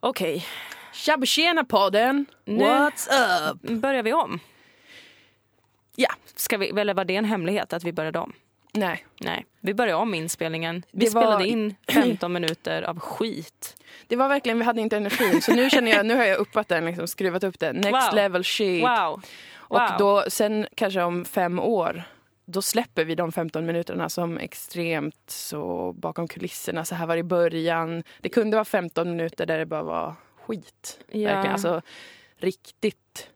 Okej, Tjabba tjena podden! Nu- What's up? börjar vi om? Ja, Ska vi, eller var det en hemlighet att vi började om? nej. Nej, vi började om inspelningen. Vi Det var- spelade in 15 minuter av skit. Det var verkligen, vi hade inte energin. Så nu känner jag, nu har jag uppat den, liksom, skruvat upp den. Next Wow. level shit. Wow. Och då, sen kanske om fem år, då släpper vi de 15 minuterna som extremt så bakom kulisserna. Så här var det i början. Det kunde vara 15 minuter där det bara var skit. Ja. Verkligen, alltså riktigt.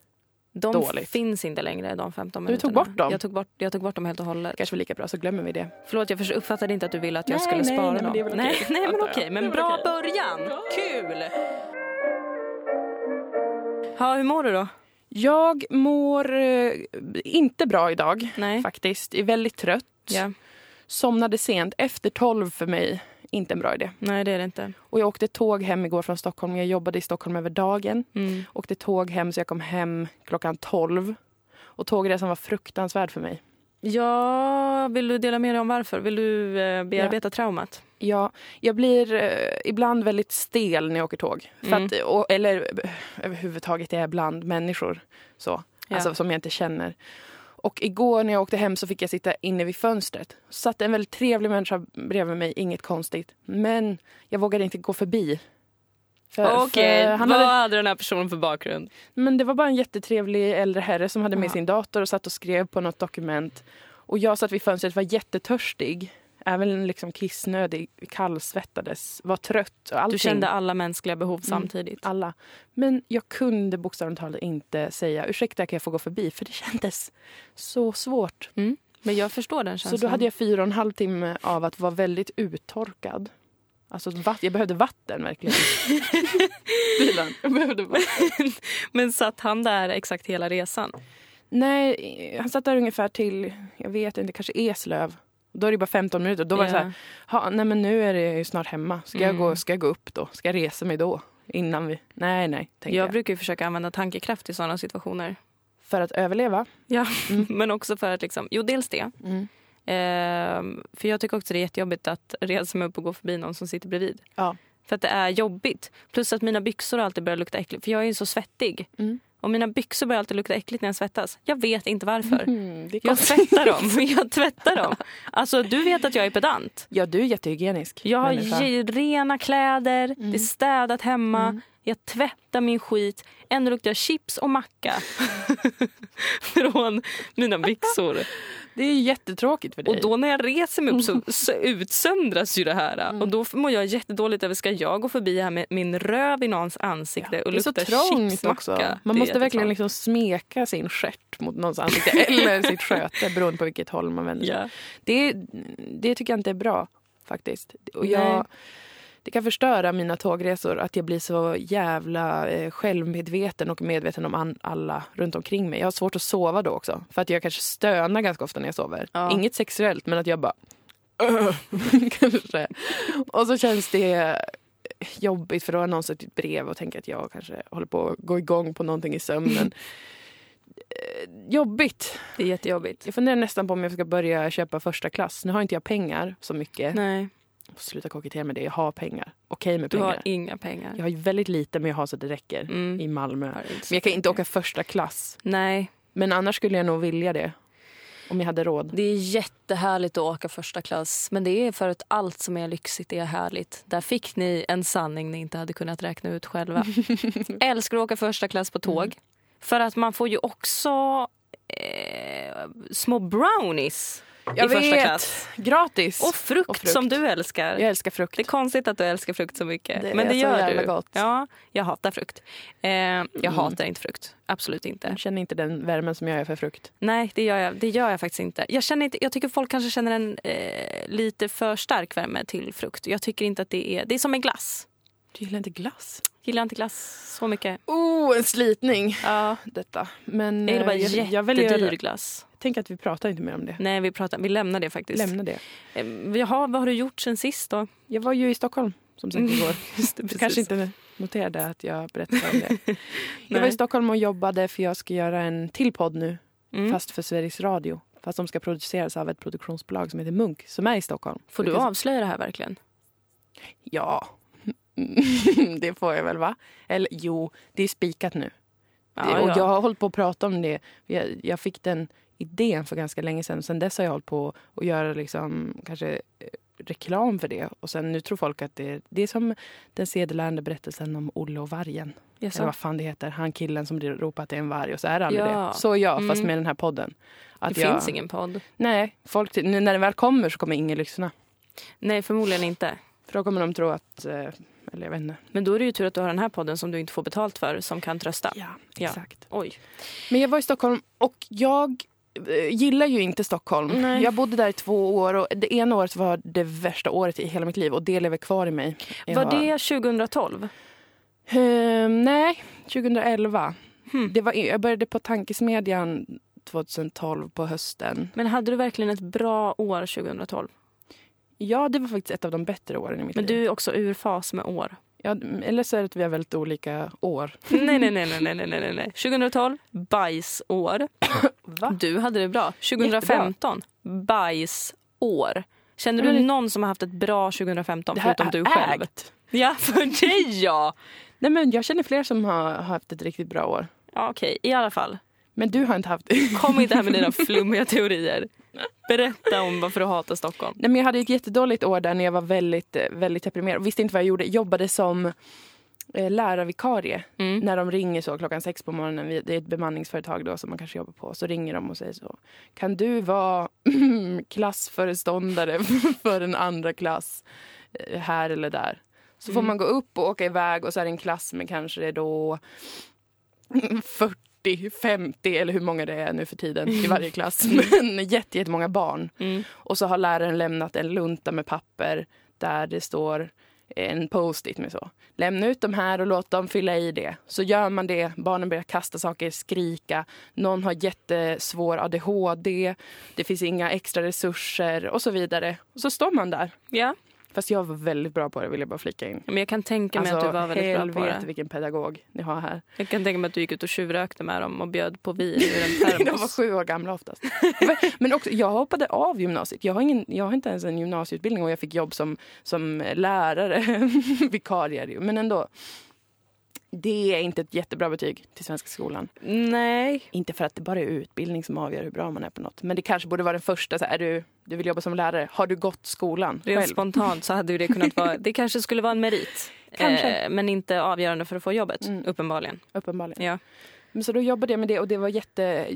de dåligt. finns inte längre, de 15 Du minuterna. tog bort dem. Jag tog bort, jag tog bort dem helt och hållet. Kanske var lika bra så glömmer vi det. Förlåt, jag förs- uppfattade inte att du ville att jag Nej, skulle nej, spara nej, men dem. det är väl nej, okej, nej, men antar jag. okej. Det Men är väl bra okej. början. Kul! Ja, hur mår du då? Jag mår eh, inte bra idag Nej. faktiskt. Är väldigt trött. Ja. Somnade sent. Efter tolv för mig, inte en bra idé. Nej, det är det inte. Och jag åkte tåg hem igår från Stockholm. Jag jobbade i Stockholm över dagen. Mm. Åkte tåg hem så jag kom hem klockan tolv. Och tågresan var fruktansvärd för mig. Ja, vill du dela med dig om varför? Vill du eh, bearbeta traumat? Jag, jag blir eh, ibland väldigt stel när jag åker tåg. För Mm. att, och, eller eh, överhuvudtaget är jag bland människor så, Ja. alltså, som jag inte känner. Och igår när jag åkte hem så fick jag sitta inne vid fönstret. satt en väldigt trevlig människa bredvid mig, inget konstigt. Men jag vågade inte gå förbi. För- för han hade- hade den här personen för bakgrund? Men det var bara en jättetrevlig äldre herre som hade med Ja. sin dator och satt och skrev på något dokument. Och jag satt vid fönstret var jättetörstig. Även liksom kissnödig, kallsvettades, var trött och allting. Mm. Du kände alla mänskliga behov samtidigt. alla. Men jag kunde bokstavligt talat inte säga ursäkta kan jag få gå förbi för det kändes så svårt. Men jag förstår den känslan. Så då hade jag fyra och en halv timme av att vara väldigt uttorkad. Alltså vatt- jag behövde vatten verkligen. Bilen. Jag behövde vatten. Men satt han där exakt hela resan? Nej, han satt där ungefär till, jag vet inte, kanske Eslöv. Då är det bara 15 minuter. Då var det så här, ha, nej men nu är det ju snart hemma. Ska, Mm. jag gå, ska jag gå upp då? Ska jag resa mig då? Innan vi... Nej, nej, tänkte jag. Jag brukar ju försöka använda tankekraft i sådana situationer. För att överleva. Ja. Mm. Men också för att liksom, jo dels det. Ehm, för jag tycker också det är jättejobbigt att resa mig upp och gå förbi någon som sitter bredvid. Ja. För att det är jobbigt. Plus att mina byxor alltid börjar lukta äckligt. För jag är ju så svettig. Mm. Och mina byxor börjar alltid lukta äckligt när jag svettas. Jag vet inte varför. Mm, det är Jag konstigt. tvättar dem. Jag tvättar dem. Alltså du vet att jag är pedant. Ja, du är jättehygienisk. Jag har människa. Mm. ge- rena kläder, det är städat hemma. Jag tvättar min skit. Ändå luktar jag chips och macka från mina byxor. Det är jättetråkigt för dig. Och då när jag reser mig upp så, så utsöndras ju det här. Mm. Och då mår jag jättedåligt över, ska jag gå förbi här med min röv i någons ansikte och det är så lukta trångt också. chipsmacka? Man Det är måste jättetrångt. verkligen liksom smeka sin stjärt mot någons ansikte eller sitt sköte beroende på vilket håll man vänder sig. Ja. Det, det tycker jag inte är bra faktiskt. Och jag, Nej. det kan förstöra mina tågresor att jag blir så jävla eh, självmedveten och medveten om an, alla runt omkring mig. Jag har svårt att sova då också. För att jag kanske stönar ganska ofta när jag sover. Ja. Inget sexuellt men att jag bara... "Ugh", kanske. Och så känns det jobbigt för då har någon suttit bredvid och tänker att jag kanske håller på att gå igång på någonting i sömnen. Eh, jobbigt. Det är jättejobbigt. Jag funderar nästan på om jag ska börja köpa första klass. Nu har inte jag pengar så mycket. Nej, Sluta kokettera med det. Jag har pengar. Okej med du pengar. har inga pengar. Jag har ju väldigt lite men jag har så det räcker Mm. i Malmö. Har Men inte så jag kan inte mycket. åka första klass. Nej, Men annars skulle jag nog vilja det. Om jag hade råd. Det är jättehärligt att åka första klass, men det är för att allt som är lyxigt är härligt. Där fick ni en sanning ni inte hade kunnat räkna ut själva. älskar att åka första klass på tåg. Mm. För att man får ju också eh, små brownies i första klass. Gratis! Och frukt, Och frukt. som du älskar. jag älskar frukt. Det är konstigt att du älskar frukt så mycket. Det är men det så gör jävla du. gott. Mm. Ja, jag hatar frukt. Eh, jag hatar inte frukt. Absolut inte. Jag känner inte den värmen som jag gör för frukt. Nej, det gör jag, det gör jag faktiskt inte. Jag, känner inte. jag tycker folk kanske känner en eh, lite för stark värme till frukt. Jag tycker inte att det är... Det är som en glass. Du gillar inte glass? Gillar inte glass så mycket. Oh, en slitning! Ja, Detta. Men jag gillar bara eh, jättedyr glass. Tänk att vi pratar inte mer om det. Nej, vi, pratar, vi lämnar det faktiskt. Lämna det. Eh, Jaha, vad har du gjort sen sist då? Jag var ju i Stockholm som sagt igår. Just det, Du precis. kanske inte noterade att jag berättade om det. jag var Nej. i Stockholm och jobbade för jag ska göra en till podd nu, Mm. fast för Sveriges Radio. Fast de ska produceras av ett produktionsbolag som heter Munk, som är i Stockholm. Får du avslöja det här verkligen? Ja. det får jag väl, va? Eller jo, det är spikat nu. Ja, det, och ja. Jag har hållit på att prata om det. Jag, jag fick den idén för ganska länge sedan. Sen dess har jag hållit på att göra liksom, kanske eh, reklam för det. Och sen nu tror folk att det, det är som den sedelärande berättelsen om Olle och vargen. Eller vad fan det heter. Han killen som ropar att det är en varg och så är det aldrig Ja. det. Så jag, fast Mm. med den här podden. Att Det jag, finns ingen podd. Nej, folk, ty- nu när den väl kommer så kommer ingen lyssna. Nej, förmodligen inte. För då kommer de tro att, eh, eller jag vet inte. Men då är det ju tur att du har den här podden som du inte får betalt för som kan trösta. Ja, Ja. exakt. Oj. Men jag var i Stockholm och jag eh, gillar ju inte Stockholm. Nej. Jag bodde där i två år och det ena året var det värsta året i hela mitt liv och det lever kvar i mig. Jag, Var det 2012? Eh, nej, 2011. Hmm. Det var, jag började på Tankesmedjan 2012 på hösten. Men hade du verkligen ett bra år 2012? Ja, det var faktiskt ett av de bättre åren i mitt Men liv. du är också ur fas med år. Ja, eller så är det att vi har väldigt olika år. Nej, nej, nej, nej, nej, nej, nej, nej. 2012, bajsår. Va? Du hade det bra. 2015, bajsår. Känner Men du det- någon som har haft ett bra 2015 Det här förutom du är själv? ägt. Ja, för dig ja! Nej, men jag känner fler som har, har haft ett riktigt bra år. ja Okej, i alla fall. Men du har inte haft Kom inte här med dina flummiga teorier. Berätta om varför du hatar Stockholm. Nej, men jag hade ett jättedåligt år där när jag var väldigt, eh, väldigt deprimerad. Visste inte vad jag gjorde. Jobbade som eh, lärarvikarie. Mm. När de ringer så klockan sex på morgonen. Vi- Det är ett bemanningsföretag då som man kanske jobbar på. Så ringer de och säger så. Kan du vara klassföreståndare för en andra klass eh, här eller där? Så får man gå upp och åka iväg och så är det en klass med kanske då 40, 50 eller hur många det är nu för tiden i varje klass. Men jätte, jättemånga barn. Mm. Och så har läraren lämnat en lunta med papper där det står en post-it med så. Lämna ut de här och låt dem fylla i det. Så gör man det, barnen börjar kasta saker, skrika. Någon har jättesvår ADHD. Det finns inga extra resurser och så vidare. Och så står man där. Ja, Fast jag var väldigt bra på det vill jag bara flika in. Alltså, men jag kan tänka mig att du var väldigt bra helvete på det. vilken pedagog ni har här. Jag kan tänka mig att du gick ut och tjuvrökte med dem och bjöd på vin ur en De var termos. sju år gamla oftast. Det var- Men också, jag hoppade av gymnasiet. Jag har, ingen, jag har inte ens en gymnasieutbildning och jag fick jobb som, som lärare, vikarie. är det ju. Men ändå. Det är inte ett jättebra betyg till svenska skolan. Nej. Inte för att det bara är utbildning som avgör hur bra man är på något. Men det kanske borde vara den första. Så här, är du, du vill jobba som lärare. Har du gått skolan Rent själv? spontant så hade ju det kunnat vara, det kanske skulle vara en merit. Kanske. Eh, men inte avgörande för att få jobbet, Mm. uppenbarligen. Uppenbarligen. Ja. Men så då jobbade jag med det och det var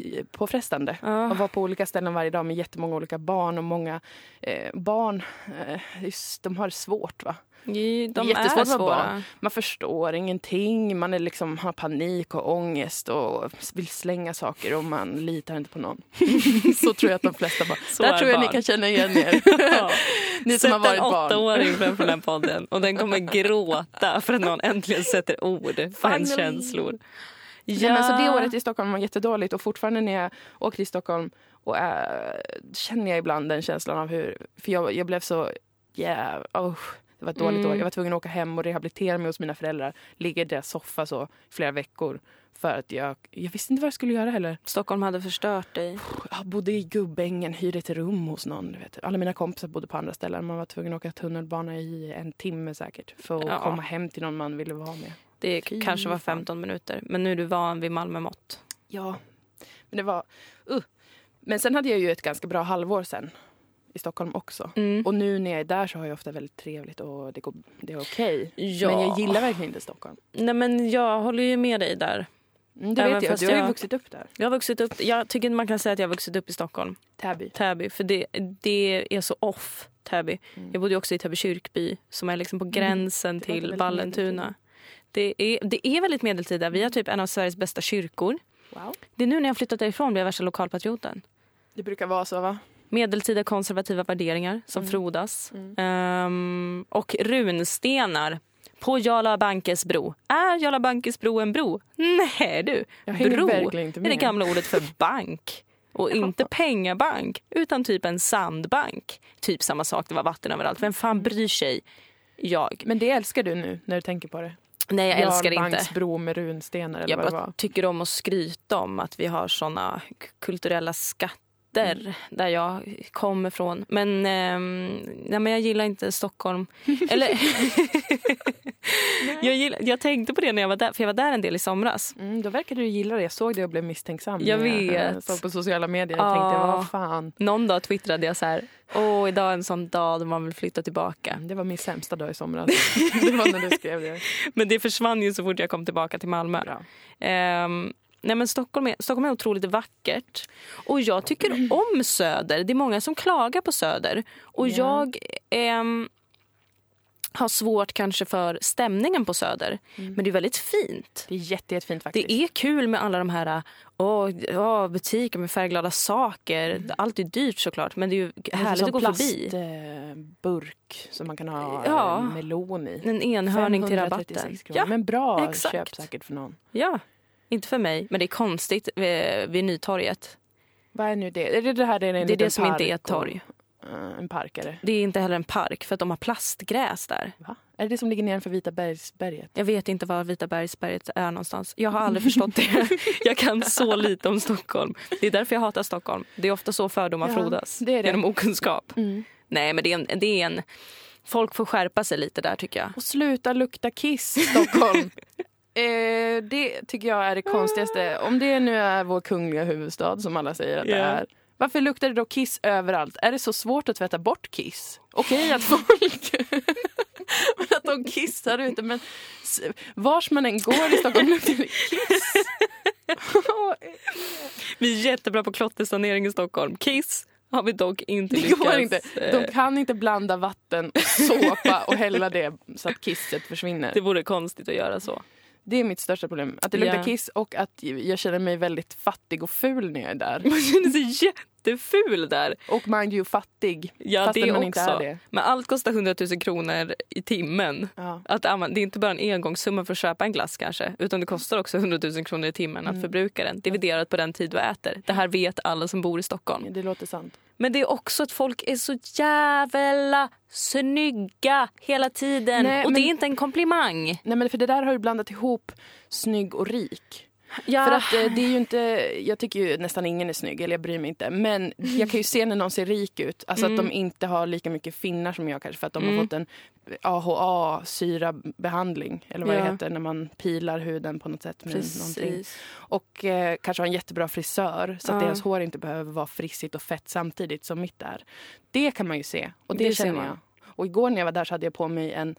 jättepåfrestande. Ah. Och var på olika ställen varje dag med jättemånga olika barn. Och många eh, barn, eh, just, de har det svårt va? De är är jättesvårt att vara svåra. barn. Man förstår ingenting, man är liksom, har panik och ångest och vill slänga saker och man litar inte på någon. så tror jag att de flesta bara, Så där är tror jag ni barn." kan känna igen er. Ja. ni som Sätt har varit en barn. åttaåring framför den här podden och den kommer gråta för att någon äntligen sätter ord på hennes Finally. känslor. Ja. alltså, Men så det året i Stockholm var jättedåligt och fortfarande när jag åker till Stockholm och, eh, känner jag ibland den känslan av hur... För jag, jag blev så... Yeah, oh, det var ett dåligt Mm. år. Jag var tvungen att åka hem och rehabilitera mig hos mina föräldrar. Ligga i deras soffa så flera veckor. För att jag, jag visste inte vad jag skulle göra heller. Stockholm hade förstört dig. Jag bodde i Gubbängen, hyrde ett rum hos någon. Du vet. Alla mina kompisar bodde på andra ställen. Man var tvungen att åka tunnelbana i en timme säkert. För att Ja. komma hem till någon man ville vara med. Det Fy kanske var fan. 15 minuter, men nu är du van vid Malmömått. Ja, men det var... Uh. Men sen hade jag ju ett ganska bra halvår sen i Stockholm också. Mm. Och nu när jag är där så har jag ofta väldigt trevligt och det, går, det är okej. Ja. Men jag gillar verkligen inte Stockholm. Nej, men jag håller ju med dig där. Mm, det Även vet jag, fast du har ju jag- vuxit upp där. Jag, har vuxit upp, jag tycker inte man kan säga att jag har vuxit upp i Stockholm. Täby. Täby. För det, det är så off Täby. Mm. Jag bodde ju också i Täby kyrkby som är liksom på gränsen Det låter till väldigt Vallentuna. Det är, det är väldigt medeltida. Mm. Vi har typ en av Sveriges bästa kyrkor. Wow. Det är nu när jag flyttat därifrån blev jag värsta lokalpatrioten. Det brukar vara så, va? Medeltida konservativa värderingar som Mm. frodas. Ehm, och runstenar på Jarla Bankes bro. Är Jarla Bankes bro en bro? Nej du! Jag hänger Bro verkligen inte är med. det gamla ordet för bank. Och inte pengabank, utan typ en sandbank. Typ samma sak, det var vatten överallt. Vem Mm. fan bryr sig? Jag. Men det älskar du nu när du tänker på det? Nej, jag älskar det inte. bro med runstenar eller Jag vad det bara var. tycker om att skryta om att vi har såna k- kulturella skatter Mm. där jag kommer ifrån. Men, ehm, nej, men jag gillar inte Stockholm. Eller, Jag, gillar, jag tänkte på det när jag var där, för jag var där en del i somras. Mm, då verkade du gilla det. Jag såg det och blev misstänksam. Jag när eh, vet. Ah. såg på sociala medier Ja. och tänkte vad fan. Någon dag twittrade jag så här, åh idag är en sån dag då man vill flytta tillbaka. Det var min sämsta dag i somras. det var när du skrev det. Men det försvann ju så fort jag kom tillbaka till Malmö. Ehm, nej men Stockholm, är, Stockholm är otroligt vackert. Och jag Mm. tycker om Söder. Det är många som klagar på Söder. Och Ja. jag ehm, har svårt kanske för stämningen på Söder. Mm. Men det är väldigt fint. Det är jätte, jättefint faktiskt. Det är kul med alla de här åh, åh, butiker med färgglada saker. Allt är dyrt såklart men det är ju Mm. Det är en härligt sån att gå förbi. plastburk eh, som man kan ha Ja. ja. melon i. En enhörning till 536 rabatten. kronor. Ja, Men bra exakt. köp säkert för någon. ja, inte för mig. Men det är konstigt eh, vid Nytorget. Vad är nu det? Är det det här det är en det är liten det som inte är park ett torg. Och, eh, en park är det. Det är inte heller en park för att de har plastgräs där. Va? Är det det som ligger nedanför Vita bergsberget? Jag vet inte var Vita bergsberget är någonstans. Jag har aldrig förstått det. Jag kan så lite om Stockholm. Det är därför jag hatar Stockholm. Det är ofta så fördomar Ja, frodas. det är det. Genom okunskap. Mm. Nej men det är, en, det är en... Folk får skärpa sig lite där tycker jag. Och sluta lukta kiss Stockholm. eh, det tycker jag är det konstigaste. Om det nu är vår kungliga huvudstad som alla säger att Ja. det är. Varför luktar det då kiss överallt? Är det så svårt att tvätta bort kiss? Okej att folk... men att de kissar ute men s- vars man än går i Stockholm luktar det kiss. Vi är jättebra på klottersanering i Stockholm. Kiss har vi dock inte Det lyckats. går inte. De eh, kan inte blanda vatten och såpa och hälla det så att kisset försvinner. Det vore konstigt att göra så. Det är mitt största problem. Att det luktar Ja. kiss och att jag känner mig väldigt fattig och ful när jag är där. Man känner sig jätteful där. Och mind you, fattig. Ja, fastän det man också. inte är det. Men allt kostar 100 000 kronor i timmen. Ja. Att använda, det är inte bara en engångssumma för att köpa en glass kanske. Utan det kostar också 100 000 kronor i timmen att Mm. förbruka den. Dividerat på den tid du äter. Det här vet alla som bor i Stockholm. Det låter sant. Men det är också att folk är så jävla snygga hela tiden. Nej, och men- det är inte en komplimang. Nej, men för det där har ju blandat ihop snygg och rik. Ja. För att eh, det är ju inte, jag tycker ju nästan ingen är snygg, eller jag bryr mig inte. Men jag kan ju se när någon ser rik ut, alltså att de inte har lika mycket finnar som jag kanske för att de har fått en AHA-syrabehandling. Eller vad Ja. det heter, när man pilar huden på något sätt med någonting. Precis. Och eh, kanske ha en jättebra frisör så att Ja. deras hår inte behöver vara frissigt och fett samtidigt som mitt är. Det kan man ju se och det, Det ser känner man. jag. Och igår när jag var där så hade jag på mig en,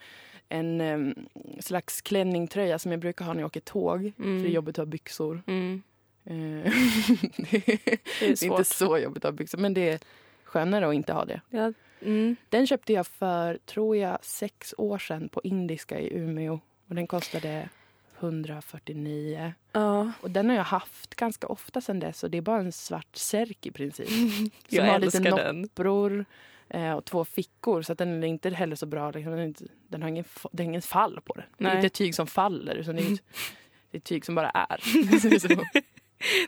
en em, slags klänningtröja som jag brukar ha när jag åker tåg. För det är jobbigt att ha byxor. Mm. Eh, det, är Det är det är inte svårt. så jobbigt att ha byxor men det är skönare att inte ha det. Ja. Mm. Den köpte jag för, tror jag, sex år sedan på Indiska i Umeå. Och den kostade 149. Ja. Och den har jag haft ganska ofta sedan dess och det är bara en svart särk i princip. Som Jag har älskar lite den. noppror eh, och två fickor så att den är inte heller så bra. liksom. Den, är inte, den har ingen, fa- den har ingen fall på den. Det Nej. är inte tyg som faller utan det är, ett, det är tyg som bara är. Så-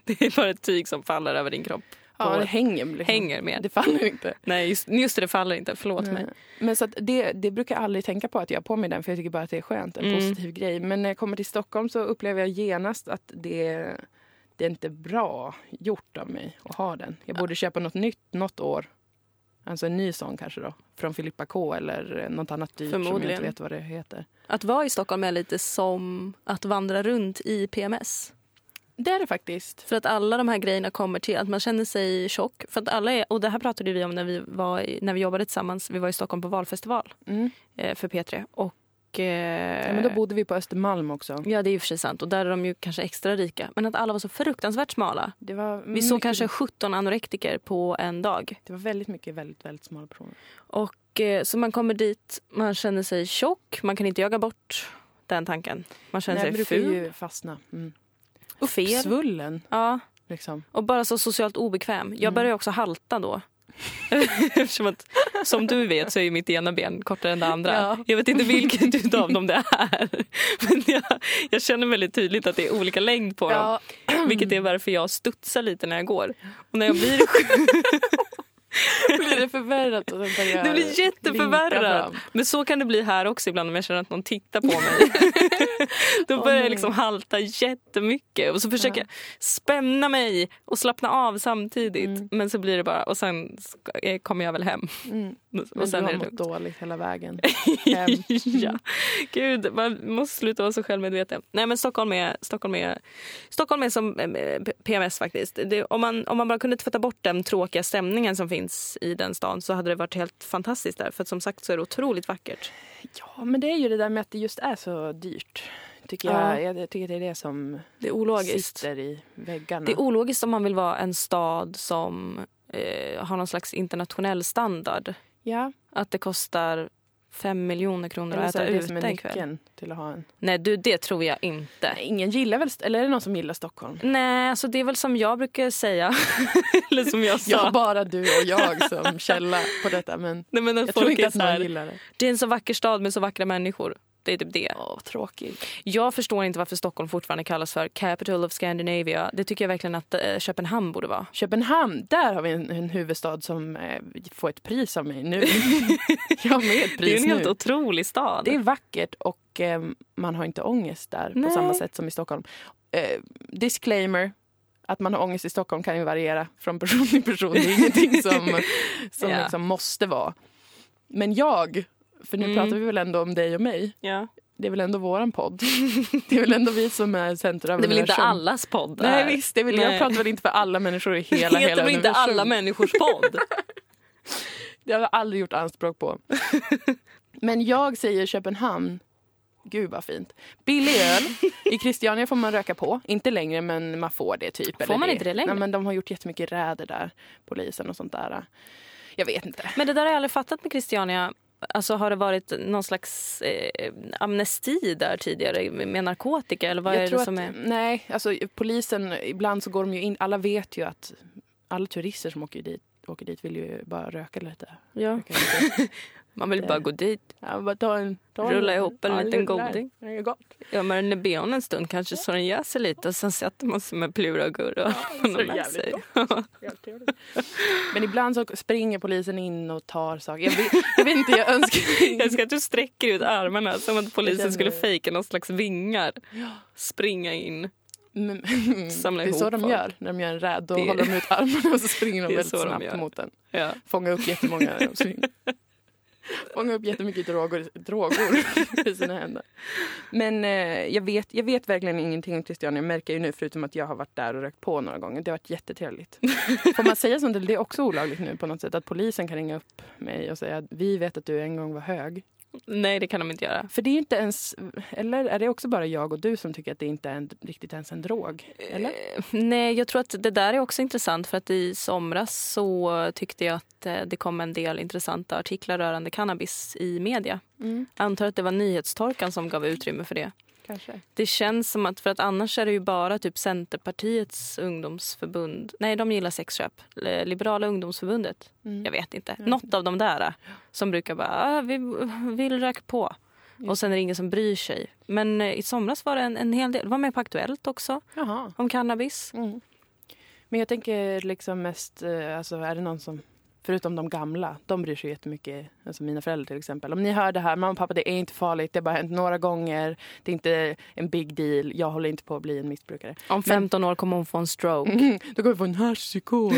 Det är bara ett tyg som faller över din kropp. ja, det hänger. Liksom. Hänger med. Det faller inte. Nej, just, just det, det faller inte. Förlåt mig. Men så att det, det brukar jag aldrig tänka på att jag har på mig den för jag tycker bara att det är skönt, Mm. en positiv grej. Men när jag kommer till Stockholm så upplever jag genast att det, det är inte bra gjort av mig att ha den. Jag borde köpa något nytt något år. Alltså en ny sån kanske då. Från Filippa K eller något annat dyrt som jag inte Förmodligen. vet vad det heter. Att vara i Stockholm är lite som att vandra runt i PMS. Det är det faktiskt. För att alla de här grejerna kommer till, att man känner sig tjock. För att alla är, och det här pratade vi om när vi, var i, när vi jobbade tillsammans. Vi var i Stockholm på valfestival Mm. eh, för P3. Och, Ja, eh, men då bodde vi på Östermalm också. ja, det är ju för sig sant. Och där är de ju kanske extra rika. Men att alla var så fruktansvärt smala. Det var Vi såg kanske 17 anorektiker på en dag. Det var väldigt mycket väldigt, väldigt smala personer. Och, eh, så man kommer dit, man känner sig tjock, man kan inte jaga bort den tanken. Man känner Nej, jag sig brukar ful, ju fastna. Mm. fel. Svullen Ja, liksom. och bara så socialt obekväm. Jag börjar ju också halta då. Eftersom att, som du vet så är ju mitt ena ben kortare än det andra. Ja. Jag vet inte vilket utav dem det är. Men jag, jag känner väldigt tydligt att det är olika längd på dem. Vilket är varför jag studsar lite när jag går. Och när jag blir sjuk, Blir det förvärrat? Och sen börjar Det blir vinka jätteförvärrat. fram? Men så kan det bli här också ibland om jag känner att någon tittar på mig. Då Åh, börjar nej. jag liksom halta jättemycket och så försöker Ja. jag spänna mig och slappna av samtidigt. Mm. Men så blir det bara och sen ska- eh, kommer jag väl hem. Mm. Men Och sen du är har det mått lugnt. dåligt hela vägen hem. ja. Gud, man måste sluta vara så självmedveten. Nej men Stockholm är, Stockholm är, Stockholm är som eh, P- PMS faktiskt. Det, om, man, om man bara kunde tvätta bort den tråkiga stämningen som finns i den stan så hade det varit helt fantastiskt där. För att som sagt så är det otroligt vackert. Ja, men det är ju det där med att det just är så dyrt. Tycker Ja. jag, jag tycker det är det som Det är ologiskt. sitter i väggarna. Det är ologiskt om man vill vara en stad som eh, har någon slags internationell standard. ja, Att det kostar fem miljoner kronor eller att så är äta det det som ute är en kväll. nyckeln till att ha en. Nej, du, det tror jag inte. Ingen gillar väl, eller är det någon som gillar Stockholm? Nej, alltså det är väl som jag brukar säga. Eller som jag sa. Ja, bara du och jag som källa på detta. Men Nej, men att jag folk tror inte är att så någon här, gillar det. Det är en så vacker stad med så vackra människor. Det är typ det. Åh, vad tråkigt. Jag förstår inte varför Stockholm fortfarande kallas för capital of Scandinavia. Det tycker jag verkligen att eh, Köpenhamn borde vara. Köpenhamn, där har vi en, en huvudstad som eh, får ett pris av mig nu. jag har med ett det är pris en helt nu. otrolig stad. Det är vackert och eh, man har inte ångest där på Nej. samma sätt som i Stockholm. Eh, disclaimer. Att man har ångest i Stockholm kan ju variera från person till person. Det är ingenting som, som Ja. liksom måste vara. Men jag, för nu Mm. pratar vi väl ändå om dig och mig. ja. Det är väl ändå våran podd. Det är väl ändå vi som är centrum av det är väl inte universum. allas podd? Nej här? visst, det är väl, jag Nej. pratar väl inte för alla människor i hela, det heter hela väl inte universum. alla människors podd? Det har jag aldrig gjort anspråk på. Men jag säger Köpenhamn. Gud vad fint. Billig öl. I Christiania får man röka på. Inte längre men man får det typ. Får man inte det längre? Nej, men de har gjort jättemycket räder där. Polisen och sånt där. Jag vet inte. Men det där har jag aldrig fattat med Christiania. Alltså, har det varit någon slags eh, amnesti där tidigare med med narkotika? Eller vad jag är tror det som att, är... Nej, alltså polisen, ibland så går de ju in. Alla vet ju att alla turister som åker dit, åker dit vill ju bara röka lite. Ja. Röka lite. Man vill bara gå dit, Ja, bara ta en, ta en- rulla ihop en ja, liten rullar. goding. Det är gott. Ja, men den i bhn en stund kanske så den jäser lite och sen sätter man sig med Plura och Gurra. och man så har med jävligt sig. Men ibland så springer polisen in och tar saker. Jag vet, jag vet inte, jag önskar... Jag älskar att du sträcker ut armarna som att polisen känner- skulle fejka någon slags vingar. Springa in. Men- Samla Mm, det ihop är så de folk. gör när de gör en räd. Då Det är- håller de ut armarna och så springer Det de är så väldigt de snabbt gör. mot den. Ja. Fånga upp jättemånga. när de springer. Fånga upp jättemycket droger, droger i sina händer. Men eh, jag, vet, jag vet verkligen ingenting om Christiania. Jag märker ju nu, förutom att jag har varit där och rökt på några gånger. Det har varit jättetrevligt. Får man säga sånt? Eller Det är också olagligt nu på något sätt. Att polisen kan ringa upp mig och säga att vi vet att du en gång var hög. Nej, det kan de inte göra. För det är inte ens, eller är det också bara jag och du som tycker att det inte är en, riktigt ens en drog? Eller? Eh, Nej, jag tror att det där är också intressant för att i somras så tyckte jag att eh, det kom en del intressanta artiklar rörande cannabis i media. Mm, Jag antar att det var nyhetstorkan som gav utrymme för det. Kanske. Det känns som att, för att annars är det ju bara typ Centerpartiets ungdomsförbund. Nej, de gillar sexköp. Eh, Liberala ungdomsförbundet. Mm. Jag vet inte. Något av de där eh, som brukar bara, ah, vi vill röka på. Och sen är det ingen som bryr sig. Men eh, i somras var det en, en hel del. Det var med på Aktuellt också Jaha. Mm. om cannabis. Men jag tänker liksom mest, eh, alltså är det någon som, förutom de gamla, de bryr sig jättemycket, alltså mina föräldrar till exempel. Om ni hör det här, mamma och pappa det är inte farligt, det har bara hänt några gånger, det är inte en big deal, jag håller inte på att bli en missbrukare. Om 15 år kommer hon få en stroke. Då kommer vi få en haschpsykos.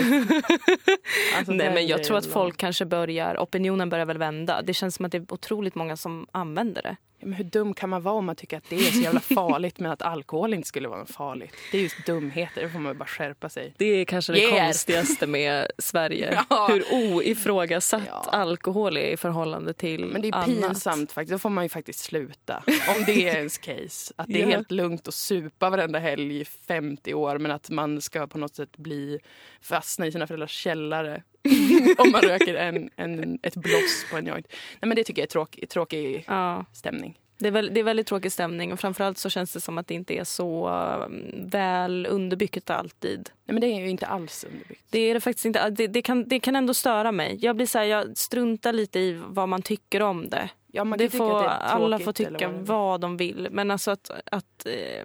Alltså, Nej, den men jag grejen tror att då. folk kanske börjar, opinionen börjar väl vända. Det känns som att det är otroligt många som använder det. Ja, Men hur dum kan man vara om man tycker att det är så jävla farligt men att alkohol inte skulle vara något farligt? Det är just dumheter, det får man ju bara skärpa sig. Det är kanske Yeah. det konstigaste med Sverige. Ja. Hur oifrågasatt Ja. alkohol är i förhållande till Men det är annat. pinsamt faktiskt, då får man ju faktiskt sluta. Om det är ens case. Att det är Ja. helt lugnt att supa varenda helg i 50 år men att man ska på något sätt bli fastna i sina föräldrars källare om man röker en, en, ett bloss på en joint. Nej men det tycker jag är tråkig, tråkig Ja, stämning. det, är väl, det är väldigt tråkig stämning och framförallt så känns det som att det inte är så eh, väl underbyggt alltid. Nej men det är ju inte alls underbyggt. Det är det faktiskt inte. Det, det, kan, det kan ändå störa mig. Jag blir så här, jag struntar lite i vad man tycker om det. Ja, man det kan tycka får, att det är alla tråkigt får eller tycka vad det är. vad, de vill. Men alltså att, att eh,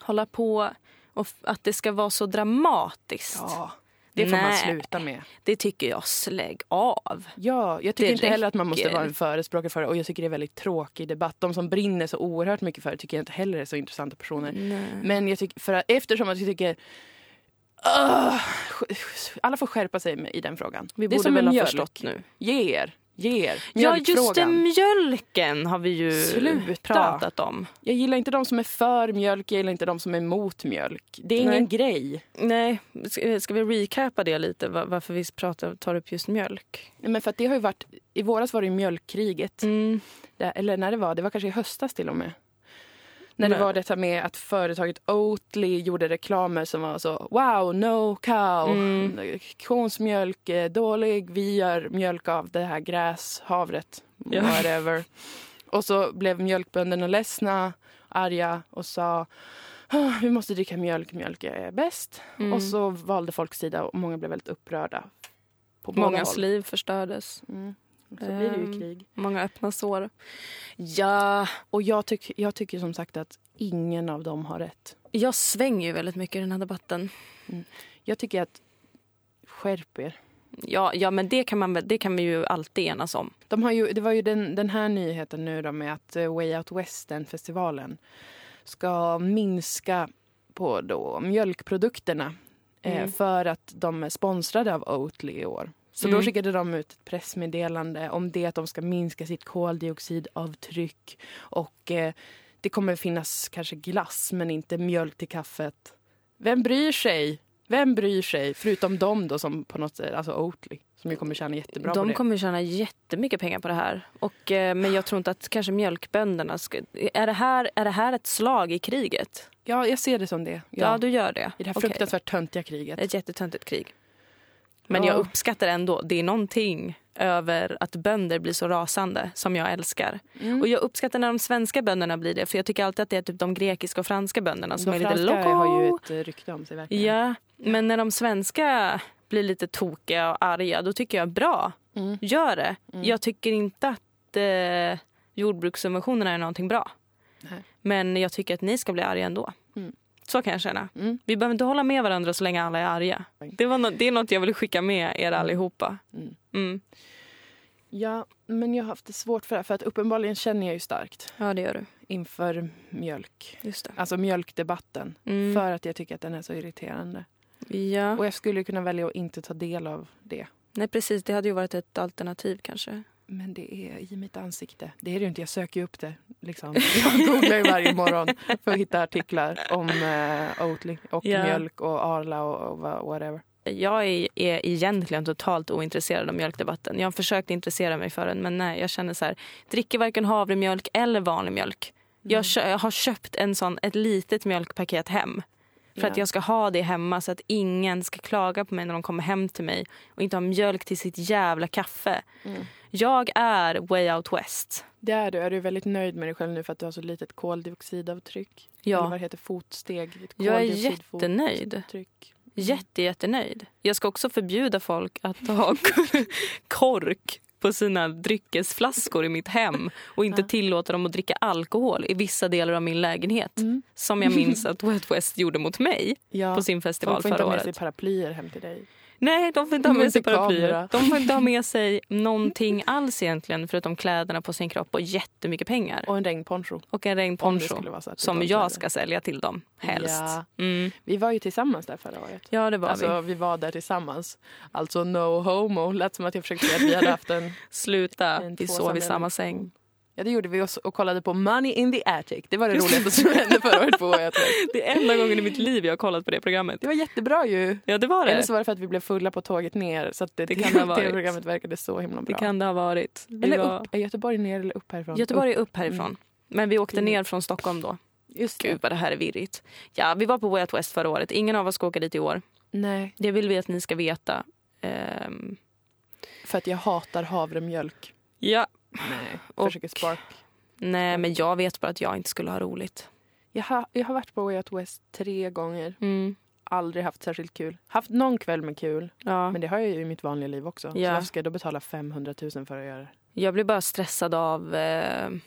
hålla på och f- att det ska vara så dramatiskt. Ja, Det får man Nej. sluta med. Det tycker jag, slägg av. Ja, jag tycker Det inte heller att man måste räcker. vara en förespråkare för det. Och jag tycker det är en väldigt tråkig debatt. De som brinner så oerhört mycket för det tycker jag inte heller är så intressanta personer. Men jag tycker, för att, eftersom att jag tycker... "Ugh, alla får skärpa sig med, i den frågan. Vi det är borde som väl en ha mjölk. förstått nu. Ge er. Ge er. Ja, just det, Mjölkfrågan. mjölken har vi ju Sluta. pratat om. Jag gillar inte de som är för mjölk, jag gillar inte de som är emot mjölk. Det är ingen Nej. grej. Nej, ska, ska vi recapa det lite, va- varför vi pratar, tar upp just mjölk? Men för att det har ju varit, I våras var det ju mjölkkriget. Mm. Det, eller när det var, det var kanske i höstas till och med. När det Nej. var detta med att företaget Oatly gjorde reklamer som var så Wow, no cow, Mm. konsmjölk är dålig, vi gör mjölk av det här gräs, havret, Ja. whatever. Och så blev mjölkbönderna ledsna, arga och sa "Ah, vi måste dricka mjölk, mjölk är bäst. Mm. Och så valde folk sida och många blev väldigt upprörda. På båda Mångas håll. liv förstördes, Mm. Så blir det ju Ehm. krig. många öppna sår. Ja, Och jag, tyck, jag tycker som sagt att ingen av dem har rätt. jag svänger ju väldigt mycket i den här debatten. Jag tycker att skärp er. Ja, ja men det kan, man, väl- det kan vi ju alltid enas om. De har ju, det var ju den, den här nyheten nu då med att eh, Way Out West, den festivalen, ska minska på då mjölkprodukterna eh, Mm. för att de är sponsrade av Oatly i år. Så då Mm. skickade de ut ett pressmeddelande om det att de ska minska sitt koldioxidavtryck och eh, det kommer finnas kanske glass men inte mjölk till kaffet. Vem bryr sig? Vem bryr sig? Förutom de då som på något sätt, alltså Oatly, som ju kommer tjäna jättebra på De det. kommer tjäna jättemycket pengar på det här. Och, eh, men jag tror inte att kanske mjölkbönderna... Ska, är, det här, är det här ett slag i kriget? Ja, jag ser det som det. Ja. Eh, Ja, du gör det. I det här Okej. fruktansvärt töntiga kriget. Ett jättetöntigt krig. Men Ja. jag uppskattar ändå, det är någonting över att bönder blir så rasande som jag älskar. Mm. Och jag uppskattar när de svenska bönderna blir det för jag tycker alltid att det är typ de grekiska och franska bönderna som de är lite franska loco. Alltså, har ju ett eh, rykte om sig verkligen. Ja, men när de svenska blir lite tokiga och arga då tycker jag bra, Mm. gör det. Mm. Jag tycker inte att eh, jordbrukssubventionerna är någonting bra. Nej. Men jag tycker att ni ska bli arga ändå. Mm. Så kan jag känna. Mm. Vi behöver inte hålla med varandra så länge alla är arga. Det, var nå- det är något jag vill skicka med er allihopa. Mm. Mm. ja, men jag har haft det svårt för det här, för att uppenbarligen känner jag ju starkt Ja, det gör du. inför mjölk. Just det. Alltså mjölkdebatten. Mm. För att jag tycker att den är så irriterande. Ja. Och jag skulle ju kunna välja att inte ta del av det. Nej, precis. Det hade ju varit ett alternativ kanske. Men det är i mitt ansikte. Det är det ju inte, jag söker ju upp det. Liksom. Jag googlar ju varje morgon för att hitta artiklar om eh, Oatly och Ja. mjölk och Arla och, och vad- whatever. Jag är, är egentligen totalt ointresserad av mjölkdebatten. Jag har försökt intressera mig för den, men nej, jag känner så här. Dricker varken havremjölk eller vanlig mjölk. Jag, kö- jag har köpt en sån, ett litet mjölkpaket hem. För att Ja. jag ska ha det hemma så att ingen ska klaga på mig när de kommer hem till mig och inte ha mjölk till sitt jävla kaffe. Mm. Jag är way out west. Det är du. Är du väldigt nöjd med dig själv nu för att du har så litet koldioxidavtryck? Eller vad det heter, fotsteg? Ett Jag är koldioxidfot- jättenöjd. tryck. Jätte, jättenöjd. Jag ska också förbjuda folk att ha kork på sina dryckesflaskor i mitt hem och inte Ja. tillåta dem att dricka alkohol i vissa delar av min lägenhet. Mm. Som jag minns att Wet West gjorde mot mig Ja. på sin festival Folk får inte förra ha med sig året. paraplyer hem till dig. Nej, de får inte ha med Inte sig paraplyer. kamera. De får inte ha med sig någonting alls egentligen förutom kläderna på sin kropp och jättemycket pengar. Och en regnponcho. Och en Om det regnponcho skulle vara så att du som tar jag kläder. ska sälja till dem helst. Ja. Mm. Vi var ju tillsammans där förra året. Ja, det var vi. Alltså vi var där tillsammans. Alltså no homo. Lät som att jag försökte säga att vi hade haft en... Sluta, En vi sov i tvåsamlevnad. samma säng. Ja det gjorde vi oss och kollade på Money in the Attic. Det var det roligaste som hände förra året på året. Det är enda gången i mitt liv jag har kollat på det programmet. Det var jättebra ju. Ja, det var Eller det. så var det för att vi blev fulla på tåget ner så att det, Det kan ha varit. tv-programmet verkade så himla Det bra. kan det ha varit. Vi eller var... upp. Är Göteborg ner eller upp härifrån? Göteborg är upp Mm. härifrån. Men vi åkte Fint. ner från Stockholm då. Upp. Just Gud det. vad det här är virrigt. Ja, vi var på Way Out West förra året. Ingen av oss ska åka dit i år. Nej, Det vill vi att ni ska veta. Ehm, för att jag hatar havremjölk. ja. Nej. Och- Försöker spark. Nej, men jag vet bara att jag inte skulle ha roligt. Jag har, jag har varit på Way Out West tre gånger. Mm. Aldrig haft särskilt kul. Haft någon kväll med kul. Ja. Men det har jag ju i mitt vanliga liv också. Så Ja. varför ska jag då betala 500 000 för att göra det? Jag blir bara stressad av eh, Mm.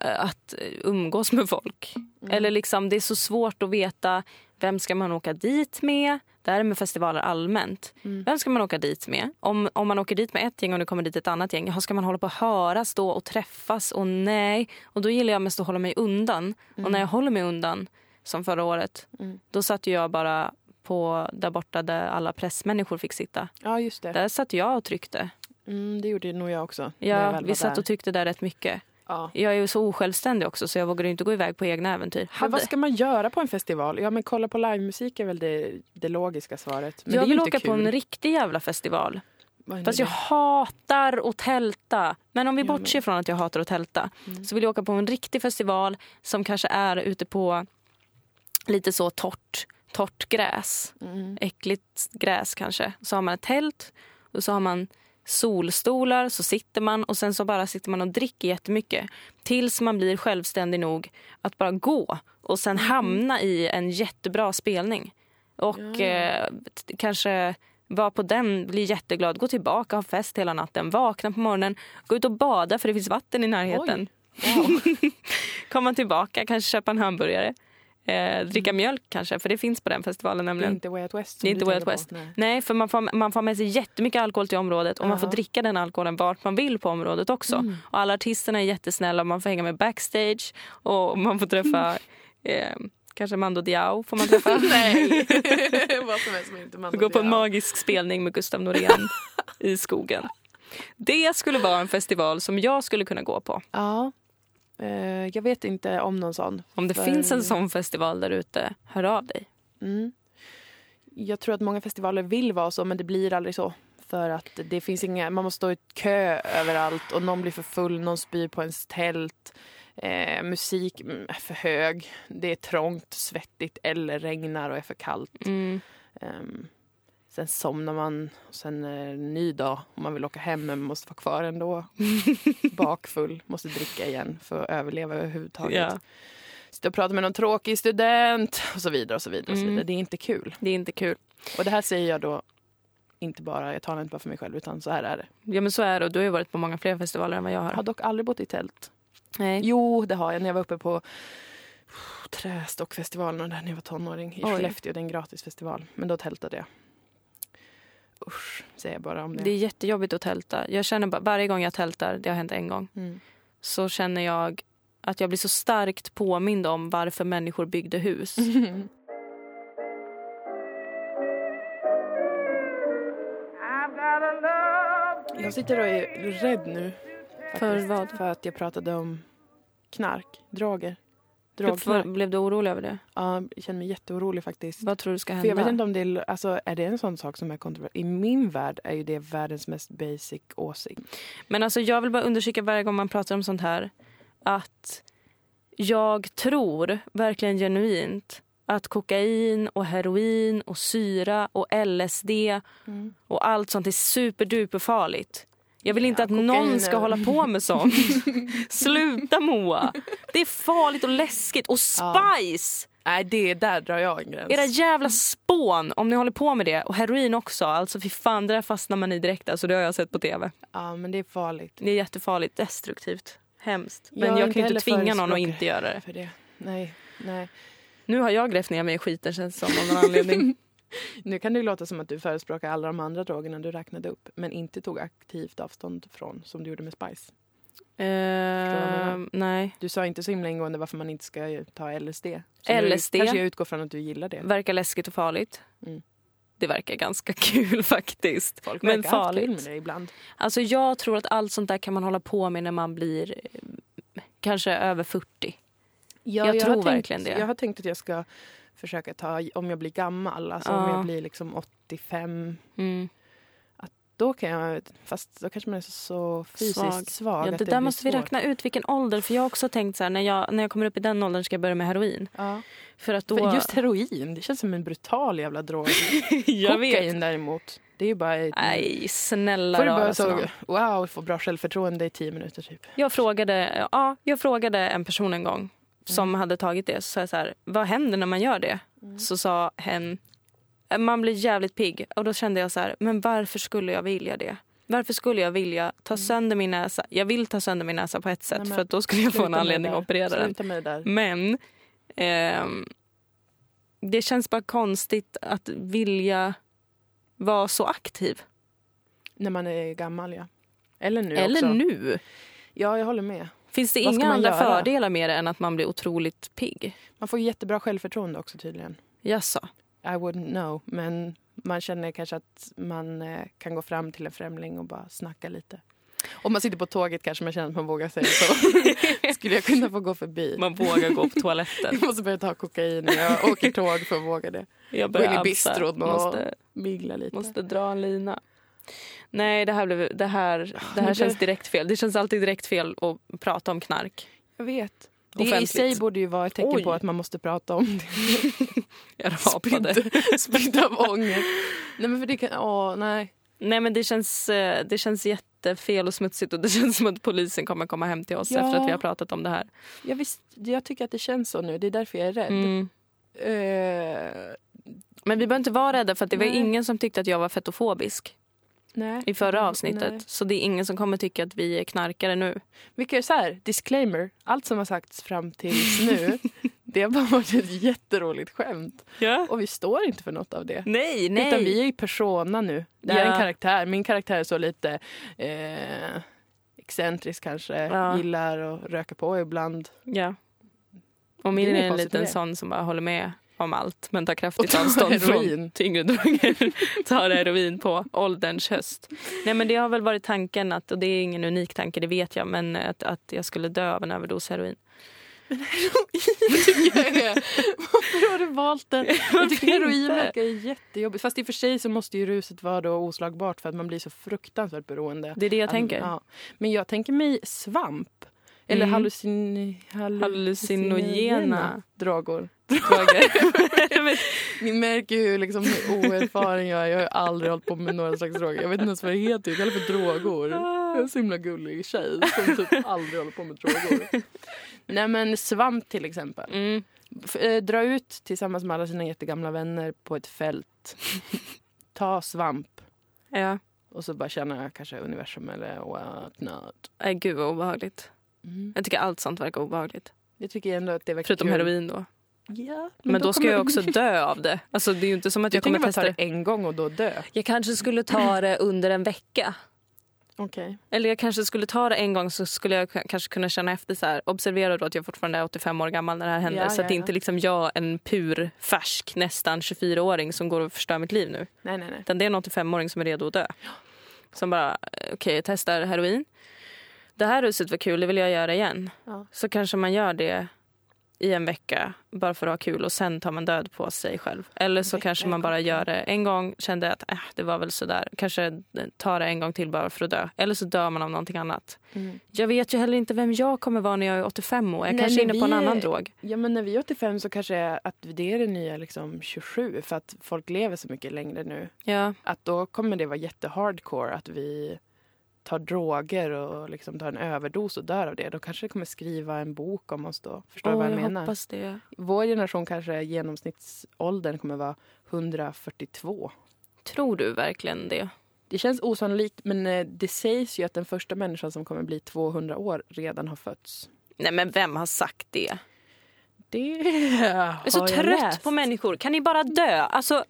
att umgås med folk. Eller liksom, Det är så svårt att veta Vem ska man åka dit med? Det här är med festivaler allmänt. Mm. Vem ska man åka dit med? Om, om man åker dit med ett gäng och det kommer dit ett annat gäng, jaha, ska man hålla på och höras då och träffas? Och nej. Och då gillar jag mest att hålla mig undan. Och när jag håller mig undan, som förra året, Mm. då satt ju jag bara på där borta där alla pressmänniskor fick sitta. Ja, just det. Där satt jag och tryckte. Mm, det gjorde nog jag också. när jag Ja, väl var vi satt där. och tryckte där rätt mycket. ja. Jag är ju så osjälvständig också så jag vågar ju inte gå iväg på egna äventyr. Men Hade. vad ska man göra på en festival? Ja, men kolla på livemusik är väl det, det logiska svaret. Men det Jag är ju vill inte åka på kul. en riktig jävla festival. Vad är Fast det? jag hatar att tälta. Men Mm. om vi Jag med. bortser från att jag hatar att tälta så vill jag åka på en riktig festival som kanske är ute på lite så torrt, torrt gräs. Mm. Äckligt gräs kanske. Så har man ett tält och så har man solstolar, så sitter man och sen så bara sitter man och dricker jättemycket tills man blir självständig nog att bara gå och sen Mm. hamna i en jättebra spelning. Och Ja. eh, t- kanske vara på den, bli jätteglad, gå tillbaka, ha fest hela natten, vakna på morgonen, gå ut och bada för det finns vatten i närheten. Komma tillbaka, kanske köpa en hamburgare, eh, dricka Mm. mjölk kanske för det finns på den festivalen Det är nämligen. inte Way Out West. Mm. Det som är du inte Way Out tänker på. West. Nej. Nej, för man får, man får med sig jättemycket alkohol till området och man får Ja. Mm. dricka den alkoholen vart man vill på området också. Och alla artisterna är jättesnälla och man får hänga med backstage och man får träffa eh, kanske Mando Diao får man träffa. Nej, vad som helst men inte man. Och gå på en magisk spelning med Gustav Norén i skogen. Det skulle vara en festival som jag skulle kunna gå på. Ja. Eh, jag vet inte om någon sån. Om det För- finns en sån festival där ute, hör av dig. Mm. Jag tror att många festivaler vill vara så, men det blir aldrig så. För att det finns inga, man måste stå i kö överallt och någon blir för full, någon spyr på ens tält. Eh, musik mm, är för hög, det är trångt, svettigt eller regnar och är för kallt. Mm. Ehm, sen somnar man, och sen är det en ny dag och man vill åka hem men måste vara kvar ändå. Bakfull, måste dricka igen för att överleva överhuvudtaget. Ja. Sitta och prata med någon tråkig student och så vidare. och så vidare, och så Mm. vidare. Det är inte kul. Det är inte kul. Och det här säger jag då inte bara, jag talar inte bara för mig själv utan så här är det. Ja men så är det och du har ju varit på många fler festivaler än vad jag Jag har. har dock aldrig bott i tält. Nej. Jo, det har jag. När jag var uppe på Trästockfestivalen och där när jag var tonåring i Oj. Skellefteå. Det är en gratisfestival. Men då tältade jag. Usch, säger jag bara om det. Det är jättejobbigt att tälta. Jag känner bara, varje gång jag tältar, det har hänt en gång, Mm. så känner jag att jag blir så starkt påmind om varför människor byggde hus. Mm. Jag sitter och är rädd nu. För vad? För att jag pratade om knark, droger. Blev, Drogknark. blev du orolig över det? Ja, jag känner mig jätteorolig faktiskt. Vad tror du ska För jag vet hända? inte om det är, alltså, är det en sån sak som är kontroversiell. I min värld är ju det världens mest basic åsikt. Men alltså, jag vill bara undersöka varje gång man pratar om sånt här att jag tror verkligen genuint att kokain och heroin och syra och LSD Mm. och allt sånt är superduper farligt. Jag vill inte Ja, att någon kokain ska är- hålla på med sånt. Sluta Moa! Det är farligt och läskigt. Och Ja. spice! Nej, det där drar jag en gräns. Era jävla spån om ni håller på med det. Och heroin också. Alltså fy fan, det där fastnar man i direkt. Alltså, det har jag sett på tv. Ja, men det är farligt. Det är jättefarligt, destruktivt. Hemskt. Men Jag är jag, inte kan ju heller inte tvinga någon att förespråkare. inte göra det. För det. Nej, nej. Nu har jag grävt ner mig i skiten känns det som av någon anledning. Nu kan det ju låta som att du förespråkar alla de andra drogerna du räknade upp men inte tog aktivt avstånd från, som du gjorde med Spice. Eh, nej. Du sa inte så himla ingående varför man inte ska ta LSD. LSD. Nu kanske jag utgår från att du gillar det. Verkar läskigt och farligt. Mm. Det verkar ganska kul faktiskt. Folk men verkar ha haft kul farligt. med det ibland. Alltså jag tror att allt sånt där kan man hålla på med när man blir eh, kanske över 40. Jag Ja, har tror tänkt, verkligen det. Jag har tänkt att jag ska försöka ta, om jag blir gammal, alltså om Ja. jag blir liksom 85, Mm. då kan jag, fast då kanske man är så, så fysiskt Svag. svag. Ja, att det där blir måste vi svårt. räkna ut vilken ålder. För jag har också tänkt så här, när jag, när jag kommer upp i den åldern ska jag börja med heroin. Ja. För att då... För just heroin, det känns som en brutal jävla drog. jag vet. Kokain däremot, det är ju bara... ett- Nej, snälla Får du rara bara sig så, någon. wow, få bra självförtroende i tio minuter typ. jag frågade, ja, jag frågade en person en gång som Mm. hade tagit det. Så sa jag så här, vad händer när man gör det? Så sa hen, man blir jävligt pigg. Och då kände jag så här, men varför skulle jag vilja det? Varför skulle jag vilja ta sönder min näsa? Jag vill ta sönder min näsa på ett sätt Mm. Nej, men för att då skulle jag få Sluta en med anledning det att där. operera den. Sluta med det där. Men ehm, det känns bara konstigt att vilja vara så aktiv. När man är gammal, ja. Eller nu Eller också. nu. Ja, jag håller med. Finns det Vad ska inga man andra göra? fördelar med det än att man blir otroligt pigg? Man får jättebra självförtroende också tydligen. Jaså? I wouldn't know, men man känner kanske att man eh, kan gå fram till en främling och bara snacka lite. Om man sitter på tåget kanske man känner att man vågar säga så. Skulle jag kunna få gå förbi? Man vågar gå på toaletten. Jag måste börja ta kokain när jag åker tåg för att våga det. Jag Gå in i absa. bistron och Måste, mingla lite. måste dra en lina. Nej, det här, blev, det här, Ah, det här det- känns direkt fel. Det känns alltid direkt fel att prata om knark. Jag vet. Det i Offentligt. sig borde ju vara ett tecken Oj. på att man måste prata om det. Jag rapade. Spridd av ångest. Nej men för det kan, åh nej. Nej, men det känns, eh, det känns jättefel och smutsigt och det känns som att polisen kommer komma hem till oss Ja. efter att vi har pratat om det här. Jag, visst, jag tycker att det känns så nu, det är därför jag är rädd. Mm. Eh, Men vi behöver inte vara rädda för att det var Nej. ingen som tyckte att jag var fetofobisk nej. i förra avsnittet. Nej. Så det är ingen som kommer tycka att vi är knarkare nu. Vilka är så här, disclaimer, allt som har sagts fram tills nu det har bara varit ett jätteroligt skämt. Ja. Och vi står inte för något av det. Nej, nej. Utan vi är ju persona nu. Det här är en Ja. karaktär. Min karaktär är så lite eh, excentrisk kanske. Ja. Gillar att röka på ibland. Ja. Och Det är min inget är en konstigt liten med det. sån som bara håller med om allt men tar Och kraftigt tar avstånd heroin. från tyngre droger. tar heroin på ålderns höst. Nej men det har väl varit tanken, att, och det är ingen unik tanke det vet jag, men att, att jag skulle dö av en överdos heroin. Varför har du valt den? Jag tycker vet heroin inte. verkar jättejobbigt. Fast i och för sig så måste ju ruset vara då oslagbart för att man blir så fruktansvärt beroende. Det är det jag Att- tänker. Ja. Men jag tänker mig svamp. Eller Mm. hallucin... hallu- Hallucinogena. dragor. Droger. Jag vet- Ni märker ju hur liksom hur oerfaren jag är. Jag har ju aldrig hållit på med några slags droger. Jag vet inte ens vad det heter. Jag kallar det för drogor. Jag är en så himla gullig tjej som typ aldrig håller på med drogor. Nej men svamp till exempel. mm. F- eh, dra ut tillsammans med alla sina jättegamla vänner på ett fält. Ta svamp Ja. och så bara känna kanske universum eller what not. Äh, gud vad obehagligt. Mm. Jag tycker allt sånt verkar obehagligt. Jag tycker ändå att det verkar Förutom kul. heroin då. Ja, Men, då, ska kommer- jag också dö av det. Alltså det är ju inte som att Du jag tänker kommer bara testa ta det en gång och då dö? Jag kanske skulle ta det under en vecka. Okej. Eller jag kanske skulle ta det en gång så skulle jag k- kanske kunna känna efter så här. Observera då att jag fortfarande är 85 år gammal när det här händer. Ja, så ja, att det ja. inte liksom jag, en pur, färsk, nästan 24-åring som går och förstör mitt liv nu. Nej, nej, nej. Utan det är en 85-åring som är redo att dö. Som bara, okej jag testar heroin. Det här huset var kul, det vill jag göra igen. Ja. Så kanske man gör det i en vecka bara för att ha kul och sen tar man död på sig själv. Eller så vecka kanske är man bara gott. gör det en gång, kände att äh, det var väl sådär. Kanske tar det en gång till bara för att dö. Eller så dör man av någonting annat. Mm. Jag vet ju heller inte vem jag kommer vara när jag är 85 år. Jag Nej, kanske är när inne på en vi är- annan drog. Ja, men när vi är 85 så kanske är att det är det nya liksom 27 för att folk lever så mycket längre nu. Ja. Att då kommer det vara jättehardcore att vi tar droger och liksom tar en överdos och dör av det. Då kanske det kommer skriva en bok om oss då. Förstår du Åh, vad jag jag, menar? hoppas det. Vår generation kanske genomsnittsåldern kommer vara 142. Tror du verkligen det? Det känns osannolikt men eh, det sägs ju att den första människan som kommer bli 200 år redan har fötts. Nej men vem har sagt det? Det Jag är så har jag trött läst. på människor. Kan ni bara dö? Alltså,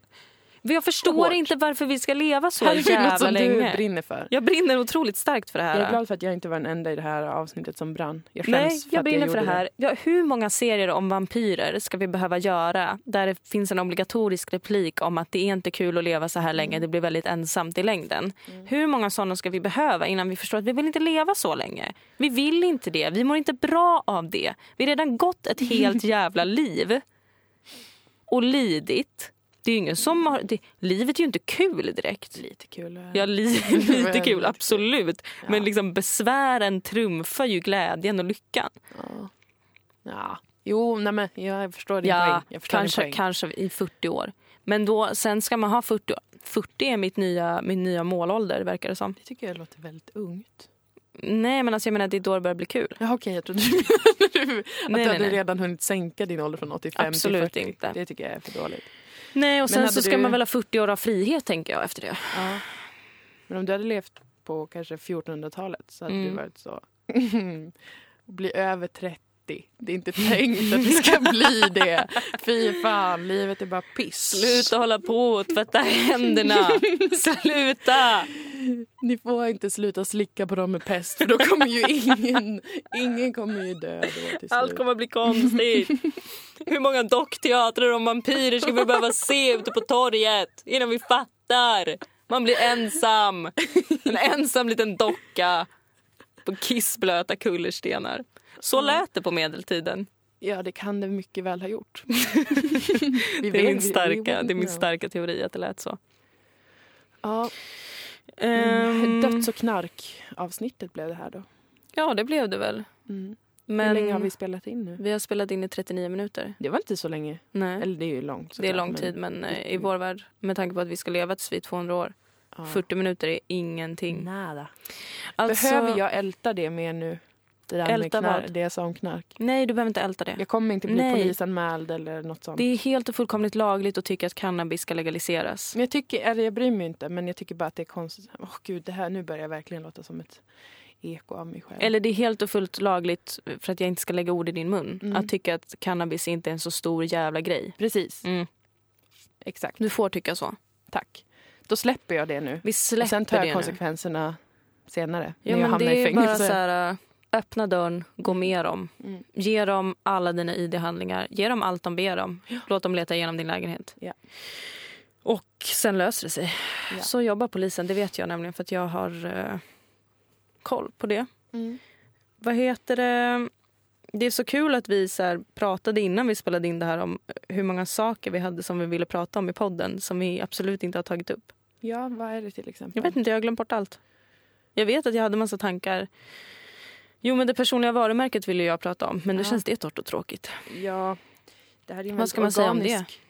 jag förstår Hårt. inte varför vi ska leva så Herregud, något jävla som länge. du brinner för. jag brinner otroligt starkt för det här. Jag är glad för att jag inte var den enda i det här avsnittet som brann. Jag skäms Nej, för jag att brinner jag för det gjorde här. Ja, hur många serier om vampyrer ska vi behöva göra där det finns en obligatorisk replik om att det är inte kul att leva så här Mm. länge, det blir väldigt ensamt i längden. Hur många sådana ska vi behöva innan vi förstår att vi vill inte leva så länge? Vi vill inte det, vi mår inte bra av det. Vi har redan gått ett helt jävla liv och lidit. Det är ju ingen som har, det, livet är ju inte kul direkt. Lite kul. Ja, li, var lite jävligt kul, absolut. Ja. Men liksom besvären trumfar ju glädjen och lyckan. Ja. ja. Jo, nej men jag förstår din Ja, poäng. Jag förstår kanske, din poäng. kanske i 40 år. Men då, sen ska man ha 40 år. 40 är mitt nya, min nya målålder, verkar det som. Det tycker jag låter väldigt ungt. Nej, men alltså, jag menar, det är då det börjar bli kul. Ja, okej, jag trodde du menade du- att Nej, du nej, hade nej. redan hunnit sänka din ålder från 85 Absolut till 40. inte. Det tycker jag är för dåligt. Nej, och sen hade så ska du- man väl ha 40 år av frihet, tänker jag. efter det. Ja. Men om du hade levt på kanske 1400-talet så hade Mm. du varit så... bli över 30 30. Det är inte tänkt att det ska bli det. Fy fan, livet är bara piss. Sluta hålla på och tvätta händerna. Sluta! Ni får inte sluta slicka på dem med pest för då kommer ju ingen, ingen kommer ju dö då till Allt slut. kommer att bli konstigt. Hur många dockteatrar om vampyrer ska vi behöva se ute på torget innan vi fattar? Man blir ensam. En ensam liten docka på kissblöta kullerstenar. Så lät det på medeltiden. Ja, det kan det mycket väl ha gjort. Vi Det är min vet- we starka, wouldn't det är min know. starka teori att det lät så. Ja, Ehm, Mm. Döds och knark-avsnittet blev det här då. ja, det blev det väl. Mm. Men Hur länge har vi spelat in nu? vi har spelat in i 39 minuter. Det var inte så länge. Nej. Eller det är ju långt. Det är såklart, lång men- Mm. tid, men eh, i vår värld, med tanke på att vi ska leva tills vi är 200 år, Ja. 40 minuter är ingenting. Nada. Alltså- Behöver jag älta det mer nu? Det där Älta med knark, vad? det jag sa om knark. Nej, du behöver inte älta det. Jag kommer inte bli Nej. polisanmäld eller något sånt. Det är helt och fullkomligt lagligt att tycka att cannabis ska legaliseras. Men jag, tycker, eller jag bryr mig inte, men jag tycker bara att det är konstigt. Åh gud, det här, nu börjar jag verkligen låta som ett eko av mig själv. Eller det är helt och fullt lagligt, för att jag inte ska lägga ord i din mun, Mm. att tycka att cannabis inte är en så stor jävla grej. Precis, Mm. exakt. Du får tycka så. Tack. Då släpper jag det nu. Vi Och släpper sen tar det jag nu. konsekvenserna senare. Ja, när jag men hamnar det i är bara så fängelse. här, äh, öppna dörren, gå med dem. Mm. Ge dem alla dina ID-handlingar. Ge dem allt de ber om. Låt dem leta igenom din lägenhet. Ja. Och sen löser det sig. Ja. Så jobbar polisen, det vet jag nämligen för att jag har eh, koll på det. Mm. Vad heter det? Det är så kul att vi så här pratade innan vi spelade in det här om eh, hur många saker vi hade som vi ville prata om i podden som vi absolut inte har tagit upp. Ja, vad är det till exempel? Jag vet inte, jag har glömt bort allt. Jag vet att jag hade massa tankar. Jo, men det personliga varumärket ville jag prata om, men nu Ja. känns det torrt och tråkigt. Ja, det här är ju en Vad ska man väldigt säga om det? organisk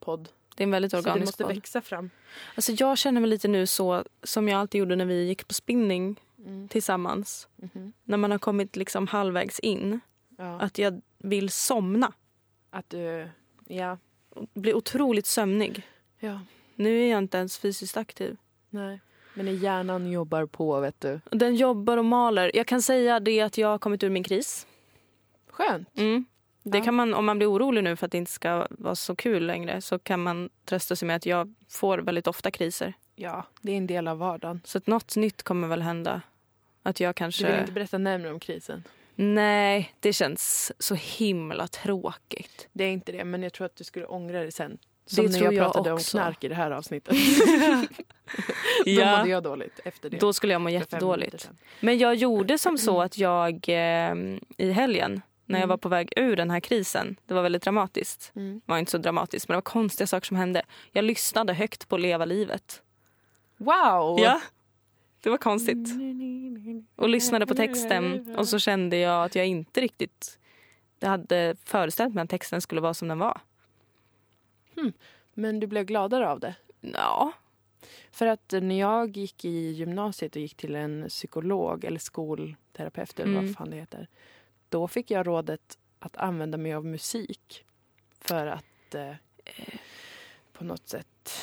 podd. Det är en väldigt Så det organisk måste podd. växa fram. Alltså, jag känner mig lite nu så som jag alltid gjorde när vi gick på spinning Mm. tillsammans. Mhm. När man har kommit liksom halvvägs in, Ja. Att, att jag vill somna. du... Ja. Bli otroligt sömnig. ja. Nu är jag inte ens fysiskt aktiv. Nej. Men när hjärnan jobbar på, vet du. Och Den jobbar och maler. Jag kan säga det att jag har kommit ur min kris. Skönt. Mm. Det Ja. kan man, om man blir orolig nu för att det inte ska vara så kul längre så kan man trösta sig med att jag får väldigt ofta kriser. Ja, det är en del av vardagen. Så att något nytt kommer väl hända. Att jag kanske... Du vill inte berätta närmare om krisen? Nej, det känns så himla tråkigt. Det är inte det, men jag tror att du skulle ångra det sen. Det Som när tror jag, jag pratade också. om knark i det här avsnittet. Då mådde ja. jag dåligt efter det. Då skulle jag må För fem minuter jättedåligt. sedan. Men jag gjorde som så att jag eh, i helgen när jag var på väg ur den här krisen, det var väldigt dramatiskt. Mm. var inte så dramatiskt, men det var konstiga saker som hände. Jag lyssnade högt på Leva livet. Wow! Ja, det var konstigt. Och lyssnade på texten och så kände jag att jag inte riktigt jag hade föreställt mig att texten skulle vara som den var. Men du blev gladare av det? Ja, För att när jag gick i gymnasiet och gick till en psykolog eller skolterapeut eller Mm. vad fan det heter. Då fick jag rådet att använda mig av musik. För att eh, på något sätt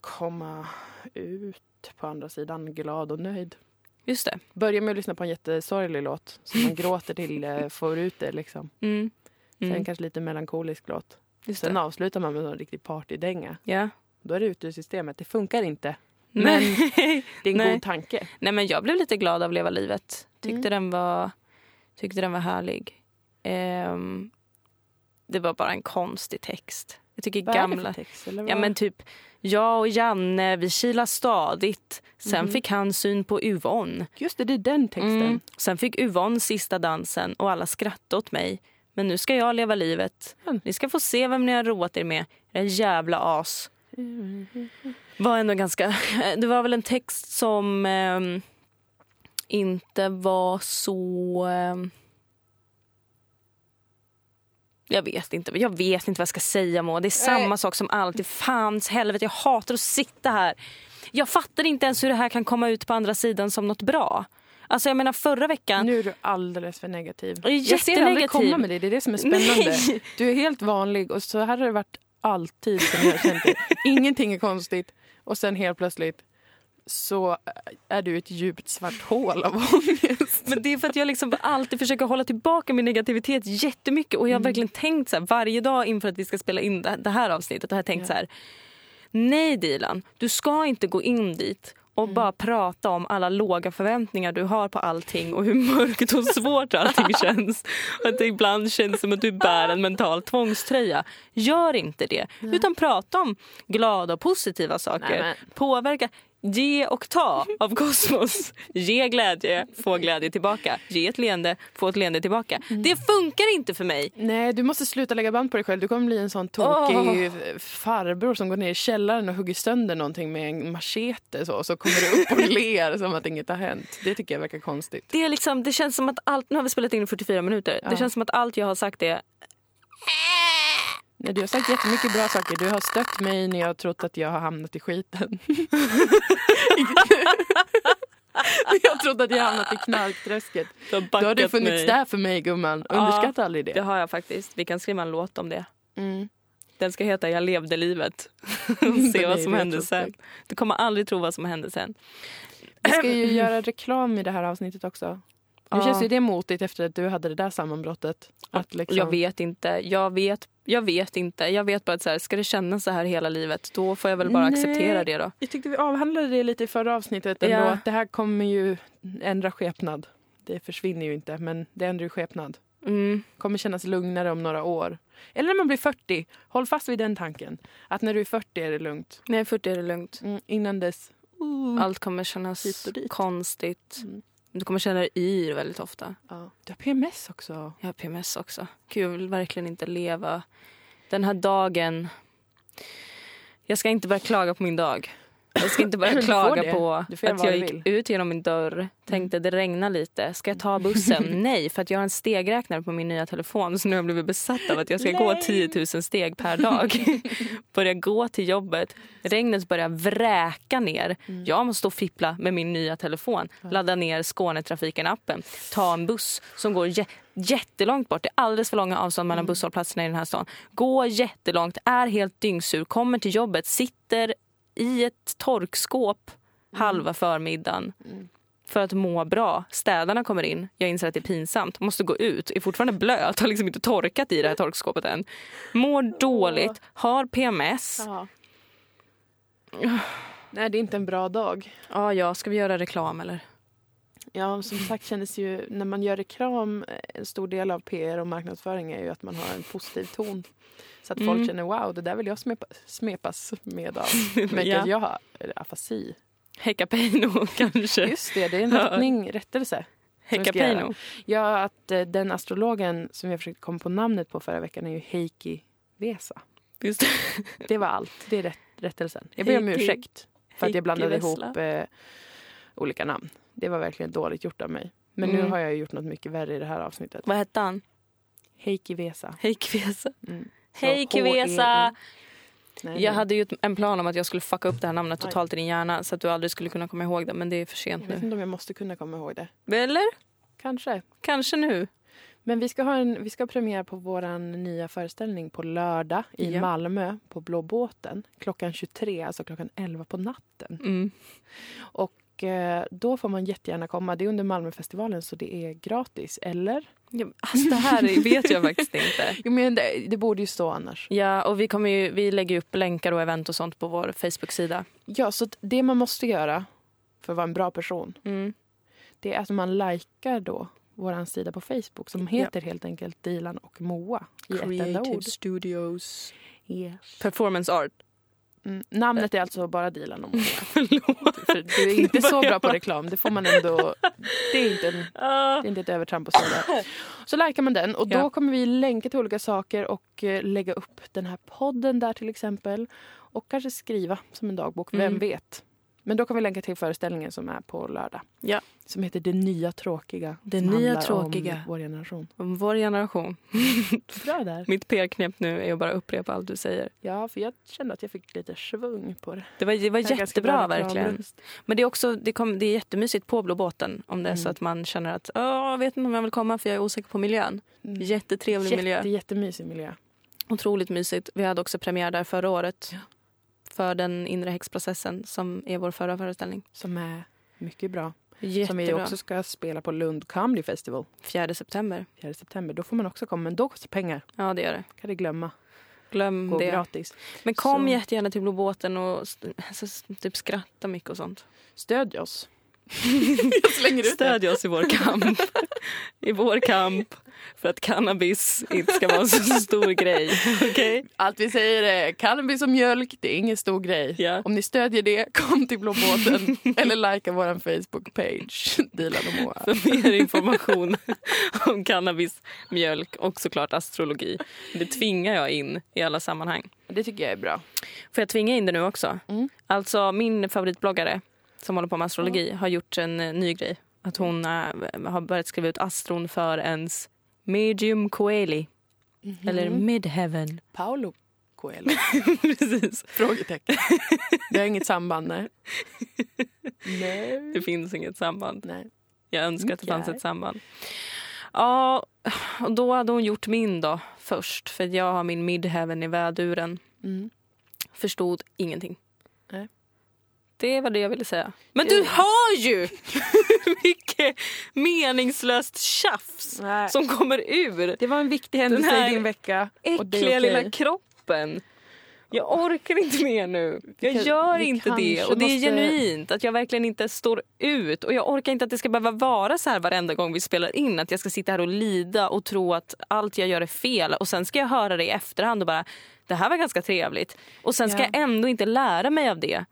komma ut på andra sidan glad och nöjd. just det. Börja med att lyssna på en jättesorglig låt som man gråter till eh, får ut det liksom. Mm. Sen Mm. kanske lite melankolisk låt. Just Sen det. avslutar man med en riktig partydänga. Ja. Då är det ute ur systemet. Det funkar inte. Men, Det är en Nej. god tanke. nej, men jag blev lite glad av Leva livet. Mm. Tyckte, den, var, tyckte den var härlig. Ehm, det var bara en konstig text. Jag tycker Vad är det gamla för text? Eller vad? Ja men typ, jag och Janne vi kilar stadigt. Sen Mhm. fick han syn på Yvonne. Just det, det är den texten. Mm. Sen fick Yvonne sista dansen och alla skrattade åt mig. Men nu ska jag leva livet. Mm. Ni ska få se vem ni har roat er med. Era jävla as. Mm. Var ändå ganska... Det var väl en text som ehm, inte var så... ehm, jag vet inte Jag vet inte vad jag ska säga, Moa. Det är samma Nej. sak som alltid. Fans helvete, jag hatar att sitta här. Jag fattar inte ens hur det här kan komma ut på andra sidan som något bra. Alltså jag menar förra veckan... Nu är du alldeles för negativ. Jag är Jag ser dig aldrig jättenegativ. komma med det. Det är det som är spännande. Nej. Du är helt vanlig och så här har det varit alltid som jag har känt dig. Ingenting är konstigt. Och sen helt plötsligt, så är du ett djupt svart hål av ångest. Men det är för att jag liksom alltid försöker hålla tillbaka min negativitet jättemycket. Och jag har Mm. verkligen tänkt så här, varje dag inför att vi ska spela in det det här avsnittet. Har jag tänkt så här, nej Dilan, du ska inte gå in dit och bara prata om alla låga förväntningar du har på allting och hur mörkt och svårt allting känns. Och att det ibland känns som att du bär en mental tvångströja. Gör inte det. Utan prata om glada och positiva saker. Nej, Påverka. Ge och ta av kosmos. Ge glädje, få glädje tillbaka. Ge ett leende, få ett leende tillbaka. Det funkar inte för mig. Nej, du måste sluta lägga band på dig själv. Du kommer bli en sån tokig farbror som går ner i källaren och hugger sönder någonting med en machete så, och så kommer du upp och ler som att inget har hänt. Det tycker jag verkar konstigt. Det, är liksom, det känns som att allt... Nu har vi spelat in i 44 minuter. Det känns som att allt jag har sagt är Nej, du har sagt jättemycket bra saker. Du har stött mig när jag har trott att jag har hamnat i skiten. jag har trott att jag har hamnat i knarkträsket. Du har Då har du backat funnits mig. där för mig gumman. Underskatta aldrig Det det. har jag faktiskt. Vi kan skriva en låt om det. Mm. Den ska heta Jag levde livet. Den Se är vad som ju hände sen. retrospekt. Du kommer aldrig tro vad som hände sen. Vi ska ju göra reklam i det här avsnittet också. Nu Ja. känns ju det motigt efter att du hade det där sammanbrottet. Att liksom... Jag vet inte. Jag vet, jag vet inte. Jag vet bara att så här, ska det kännas så här hela livet då får jag väl bara Nej. acceptera det då. Jag tyckte vi avhandlade det lite i förra avsnittet. Ändå, Ja. att det här kommer ju ändra skepnad. Det försvinner ju inte, men det ändrar ju skepnad. Mm. kommer kännas lugnare om några år. Eller när man blir 40. Håll fast vid den tanken. Att när du är 40 är det lugnt. Nej, 40 är det lugnt. Mm, innan dess. Allt kommer kännas Mm. Hit och dit. konstigt. Mm. Du kommer känna dig yr väldigt ofta. Ja. Du har PMS också. Jag har PMS också. Gud, jag vill verkligen inte leva den här dagen. Jag ska inte börja klaga på min dag. Jag ska inte Du börja får det. klaga på Du att får göra vad jag du gick vill. ut genom min dörr, tänkte det regnar lite. Ska jag ta bussen? Nej, för att jag har en stegräknare på min nya telefon så nu har jag blivit besatt av att jag ska gå Lame. 10 000 steg per dag. Börja gå till jobbet. Regnet börjar vräka ner. Jag måste stå och fippla med min nya telefon. Ladda ner Skånetrafiken-appen. Ta en buss som går jä- jättelångt bort. Det är alldeles för långa avstånd mellan busshållplatserna i den här stan. Gå jättelångt, är helt dyngsur, kommer till jobbet, sitter i ett torkskåp halva förmiddagen för att må bra. Städarna kommer in, jag inser att det är pinsamt, måste gå ut, är fortfarande blöt, har liksom inte torkat i det här torkskåpet än. Mår dåligt, har PMS. Ja. Nej, det är inte en bra dag. Ja, ja, ska vi göra reklam eller? Ja, som sagt kändes ju när man gör reklam, eh, en stor del av PR och marknadsföring är ju att man har en positiv ton. Så att folk Mm. känner wow, det där vill jag smepa, smepas med av. Men Ja. jag har eh, afasi. Hecapeino kanske? Just det, det är en Ja. rättning, rättelse. jag ska göra. Hecapeino? Ja, att eh, den astrologen som jag försökte komma på namnet på förra veckan är ju Heikki Vesa. Just det. Det var allt. Det är rätt, rättelsen. Jag ber om Heikki- ursäkt för att Heikki jag blandade Vesla. ihop eh, olika namn. Det var verkligen dåligt gjort av mig. Men nu Mm. har jag gjort något mycket värre i det här avsnitet. Vad hette han? Heikki Vesa. Hej Kvesa. Mm. Så Hej H-E-I. Kvesa! Nej, E Jag nej. hade ju ett- en plan om att jag skulle fucka upp det här namnet Oj. totalt i din hjärna så att du aldrig skulle kunna komma ihåg det men det är för sent Jag vet nu. inte om jag måste kunna komma ihåg det. Eller? Kanske. Kanske nu. Men vi ska ha, en, vi ska ha premiär på vår nya föreställning på lördag i Ja. Malmö på Blå båten klockan 23, alltså klockan 11 på natten. Mm. Och eh, då får man jättegärna komma. Det är under Malmöfestivalen så det är gratis, eller? Ja, men Alltså det här är- vet jag faktiskt inte. Jo men det, det borde ju stå annars. Ja, och vi, kommer ju, vi lägger ju upp länkar och event och sånt på vår Facebook-sida. Ja, så att det man måste göra för att vara en bra person, Mm. det är att man likar då vår sida på Facebook som heter helt enkelt Dilan och Moa i ett enda ord. Studios. Yes. Performance Art. Mm. Namnet är alltså bara Dilan och Moa. Eh. Förlåt. För du är inte så Börjar bra på man- reklam. Det får man ändå... Det är inte, en, Ah. det är inte ett övertramp att säga det. Så likar man den och då Ja. kommer vi länka till olika saker och eh, lägga upp den här podden där till exempel. Och kanske skriva som en dagbok, vem Mm. vet. Men då kan vi länka till föreställningen som är på lördag. Ja. Som heter Det nya tråkiga. Det som nya handlar tråkiga. Om vår generation. Om vår generation. Bra där. Mitt PR-knep nu är att bara upprepa allt du säger. Ja, för jag kände att jag fick lite svung på det. Det var, det var Jag är ganska bra jättebra verkligen. reklamröst. Men det är också det kom, det är jättemysigt på Blå båten om det är så Mm. att man känner att "Åh, jag vet inte om jag vill komma för jag är osäker på miljön. Mm. Jättetrevlig miljö. Jätte, jättemysig miljö. Otroligt mysigt. Vi hade också premiär där förra året. för den inre häxprocessen som är vår förra föreställning. Som är mycket bra. Jättebra. Som vi också ska spela på Lund Comedy Festival 4 september. 4 september. Då får man också komma, men då kostar det pengar. Ja, det gör det. kan det glömma. Glöm Gå det. gratis. Men kom Så- jättegärna till Blå båten och s- alltså, s- typ skratta mycket och sånt. Stödj oss. Jag slänger ut det. Stödj oss i vår kamp. I vår kamp för att cannabis inte ska vara en så stor grej. Okej? Allt vi säger är cannabis och mjölk, det är ingen stor grej. Ja. Om ni stödjer det, kom till Blå båten eller likea vår Facebook-page, Dilan och Moa. För mer information om cannabis, mjölk och såklart astrologi. Det tvingar jag in i alla sammanhang. Det tycker jag är bra. Får jag tvinga in det nu också? Mm. Alltså min favoritbloggare som håller på med astrologi har gjort en eh, ny grej. Att hon eh, har börjat skriva ut astron för ens medium coeli. Mhm. Eller midheaven. Paolo Coelho? Precis. Frågetecken. Det har inget samband, nej. Nej. Det finns inget samband. nej. Jag önskar att det fanns Okej. ett samband. Ja, och då hade hon gjort min då först. För jag har min midheaven i väduren. Mm. Förstod ingenting. Nej. Det var det jag ville säga. Men Det- du hör ju! Vilket meningslöst tjafs Nej. som kommer ur Det var en viktig händelse Den här i din vecka. och det är äckliga okej. lilla kroppen. Jag orkar inte mer nu. Jag kan- gör vi inte det. kanske Och det är måste- genuint att jag verkligen inte står ut. Och jag orkar inte att det ska behöva vara så här varenda gång vi spelar in. Att jag ska sitta här och lida och tro att allt jag gör är fel. Och sen ska jag höra det i efterhand och bara det här var ganska trevligt. Och sen ska Ja. jag ändå inte lära mig av det.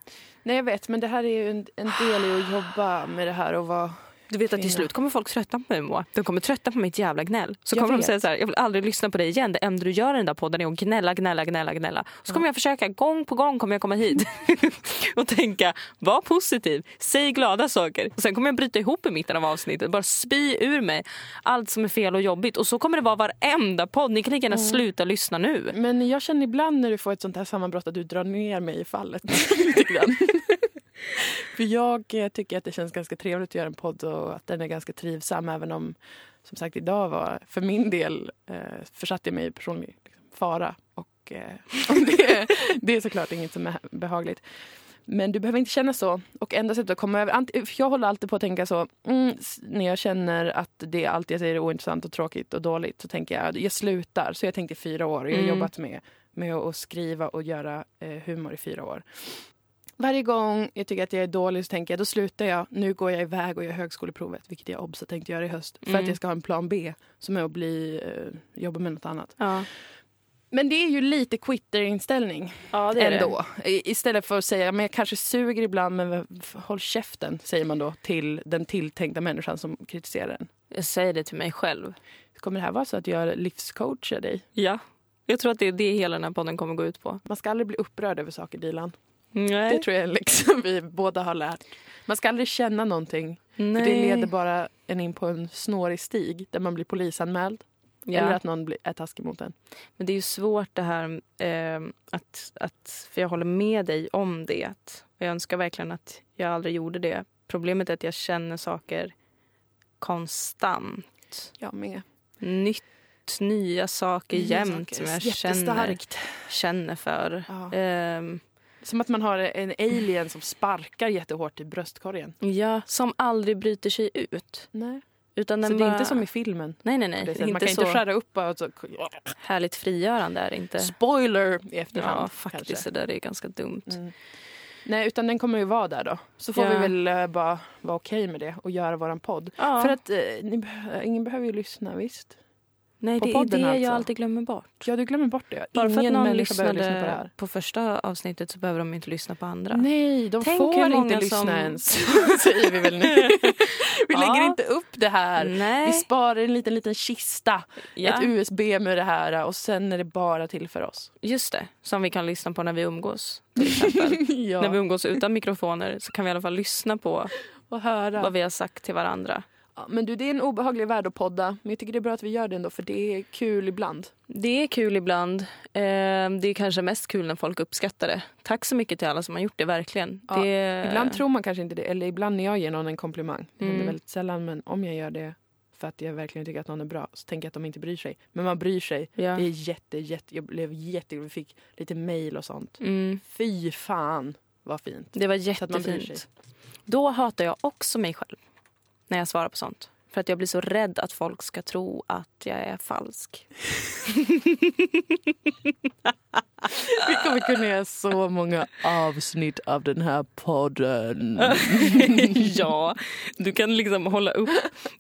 Nej, jag vet, men det här är ju en, en del i att jobba med det här och vara... Du vet att till Kvinna. slut kommer folk trötta på mig Moa. De kommer trötta på mitt jävla gnäll. Så Jag kommer de vet. säga så här, jag vill aldrig lyssna på dig igen. Det enda du gör i den där podden är att gnälla, gnälla, gnälla, gnälla. Så kommer jag försöka, gång på gång kommer jag komma hit och tänka, var positiv, säg glada saker. Och sen kommer jag bryta ihop i mitten av avsnittet, bara spy ur mig allt som är fel och jobbigt. Och så kommer det vara varenda podd. Ni kan lika gärna sluta lyssna nu. Men jag känner ibland när du får ett sånt här sammanbrott att du drar ner mig i fallet. lite grann. För jag eh, tycker att det känns ganska trevligt att göra en podd och att den är ganska trivsam även om som sagt idag var för min del eh, försatte jag mig i personlig liksom, fara. Och, eh, och det, det är såklart inget som är behagligt. Men du behöver inte känna så. Och enda sättet att komma över... ant- för Jag håller alltid på att tänka så. Mm, s- när jag känner att det allt jag säger är ointressant och tråkigt och dåligt så tänker jag jag slutar. Så jag tänkte i fyra år. Jag har Mm. jobbat med, med att skriva och göra eh, humor i fyra år. Varje gång jag tycker att jag är dålig så tänker jag då slutar jag. Nu går jag iväg och gör högskoleprovet, vilket jag obs tänkte göra i höst. För Mm. att jag ska ha en plan B som är att bli, eh, jobba med något annat. Ja, Men det är ju lite quitterinställning ja ändå. I- Istället för att säga men jag kanske suger ibland men f- håll käften säger man då till den tilltänkta människan som kritiserar en. Jag säger det till mig själv. Kommer det här vara så att jag livscoachar dig? Ja. Jag tror att det är det hela den här podden kommer gå ut på. Man ska aldrig bli upprörd över saker Dilan. Nej. Det tror jag är en liksom vi båda har lärt. Man ska aldrig känna någonting. Nej. För det leder bara en in på en snårig stig där man blir polisanmäld Ja. eller att någon blir, är taskig mot en. Men det är ju svårt det här eh, att, att... För jag håller med dig om det. Och jag önskar verkligen att jag aldrig gjorde det. Problemet är att jag känner saker konstant. Jag med. Nytt, nya saker jämt som jag känner, Jättestarkt. känner för. Ja. Ehm, Eh, Som att man har en alien som sparkar jättehårt i bröstkorgen. ja, som aldrig bryter sig ut. Nej. Utan Så den det är bara, inte som i filmen. Nej, nej, på det nej. sättet. Man liksom. Inte kan så inte skära upp bara och så... härligt frigörande är det inte. Spoiler i efterhand. Ja, faktiskt. kanske. Det där är ganska dumt. Mm. Nej, utan den kommer ju vara där då. Så får Ja. vi väl eh, bara vara okej med det och göra våran podd. Ja. För att eh, ni, beh- ingen behöver ju lyssna, visst? nej, på det är podden det alltså. jag alltid glömmer bort. Ja, du glömmer bort det. Bara för att ingen någon människa lyssnade behöver lyssna på det här. första avsnittet så behöver de inte lyssna på andra. Nej, de Tänk hur får många inte lyssna som- ens, säger vi väl nu. vi Ja. lägger inte upp det här. Vi Nej. sparar en liten, liten kista, ett Ja. USB med det här och sen är det bara till för oss. Just det, som vi kan lyssna på när vi umgås. Till exempel. ja. När vi umgås utan mikrofoner så kan vi i alla fall lyssna på och höra. vad vi har sagt till varandra. Ja, men du, det är en obehaglig värld att podda. Men jag tycker det är bra att vi gör det ändå, för det är kul ibland. Det är kul ibland. Eh, Det är kanske mest kul när folk uppskattar det. Tack så mycket till alla som har gjort det, verkligen. Ja, det... Ibland tror man kanske inte det, eller ibland när jag ger någon en komplimang. Det Eh. händer Mm. väldigt sällan, men om jag gör det för att jag verkligen tycker att någon är bra så tänker jag att de inte bryr sig. Men man bryr sig. Ja. Det är jätte, jätte, jag blev jätteglad. Vi fick lite mejl och sånt. Mm. Fy fan vad fint. Det var att man bryr sig. jättefint. Då hatar jag också mig själv när jag svarar på sånt. För att jag blir så rädd att folk ska tro att jag är falsk. Vi kommer kunna göra så många avsnitt av den här podden. ja, du kan liksom hålla upp.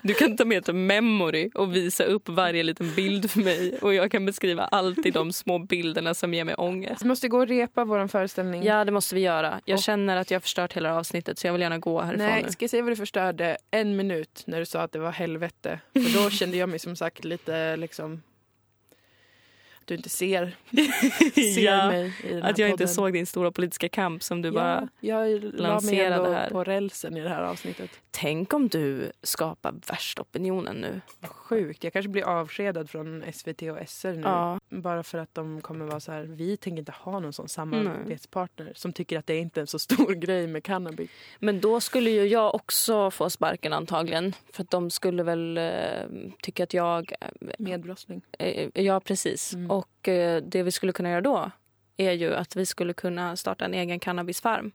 Du kan ta med ett memory och visa upp varje liten bild för mig. Och jag kan beskriva alltid de små bilderna som ger mig ångest. Vi måste gå och repa vår föreställning. Ja, det måste vi göra. Jag känner att jag har förstört hela avsnittet så jag vill gärna gå härifrån Nej, nu. ska jag säga vad du förstörde? En minut när du sa att det var helvete. För då kände jag mig som sagt lite liksom... att Du inte ser, ser mig i den här Att jag inte podden. såg din stora politiska kamp som du bara... ja, jag la mig lanserade ändå här. på rälsen i det här avsnittet. Tänk om du skapar värsta opinionen nu. Sjukt. Jag kanske blir avskedad från SVT och SR nu. Ja. Bara för att de kommer vara så här, vi tänker inte ha någon sån samarbetspartner som tycker att det inte är en så stor grej med cannabis. Men då skulle ju jag också få sparken antagligen. För att de skulle väl eh, tycka att jag... Medbrottsling. Eh, ja, precis. Mm. Och eh, det vi skulle kunna göra då är ju att vi skulle kunna starta en egen cannabisfarm.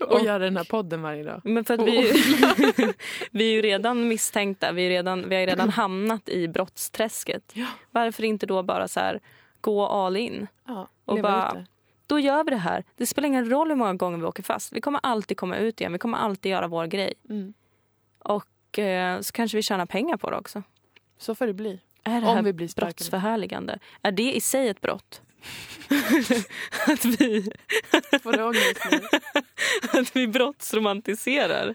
Och, och göra den här podden varje dag. Men för att vi, vi är ju redan misstänkta. Vi, är redan, vi har ju redan hamnat i brottsträsket. Ja. Varför inte då bara så här, gå all in? Ja, Och leva bara- ut det. Då gör vi det här. Det spelar ingen roll hur många gånger vi åker fast. Vi kommer alltid komma ut igen. Vi kommer alltid göra vår grej. Mm. Och eh, så kanske vi tjänar pengar på det också. Så får det bli. Är det här Om vi blir sparkade. brottsförhärligande? Är det i sig ett brott? att, vi, Får du ångest nu? att vi brottsromantiserar?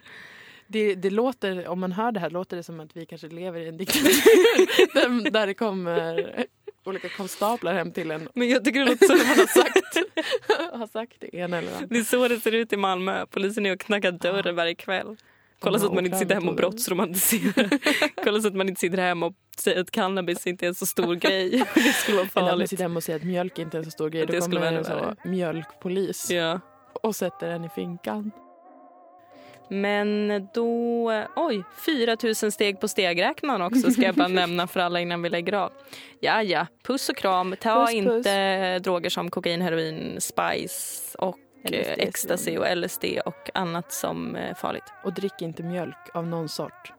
det, det låter, om man hör det här låter det som att vi kanske lever i en diktatur där, där det kommer olika konstaplar hem till en Men jag tycker det låter som man har sagt, har sagt det ena eller det andra. Det är så det ser ut i Malmö. Polisen är och knackar dörren varje kväll. Kolla så att man inte sitter hemma och brottsromantiserar. Kolla så att man inte sitter hemma och säger att cannabis inte är en så stor grej. Det skulle vara Eller att man farligt. sitter hemma och säger att mjölk inte är en så stor grej. Det Då skulle kommer vara en ännu värre. så mjölkpolis Ja. och sätter den i finkan. Men då... Oj, 4 000 steg på stegräknaren också ska jag bara nämna för alla innan vi lägger av. Ja, ja. Puss och kram. Ta Puss, puss. inte droger som kokain, heroin, spice och eh, LSD. ecstasy och LSD och annat som är farligt. Och drick inte mjölk av någon sort.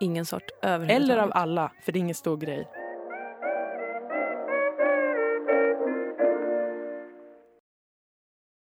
Ingen sort Eller överhuvudtaget. av alla, för det är ingen stor grej.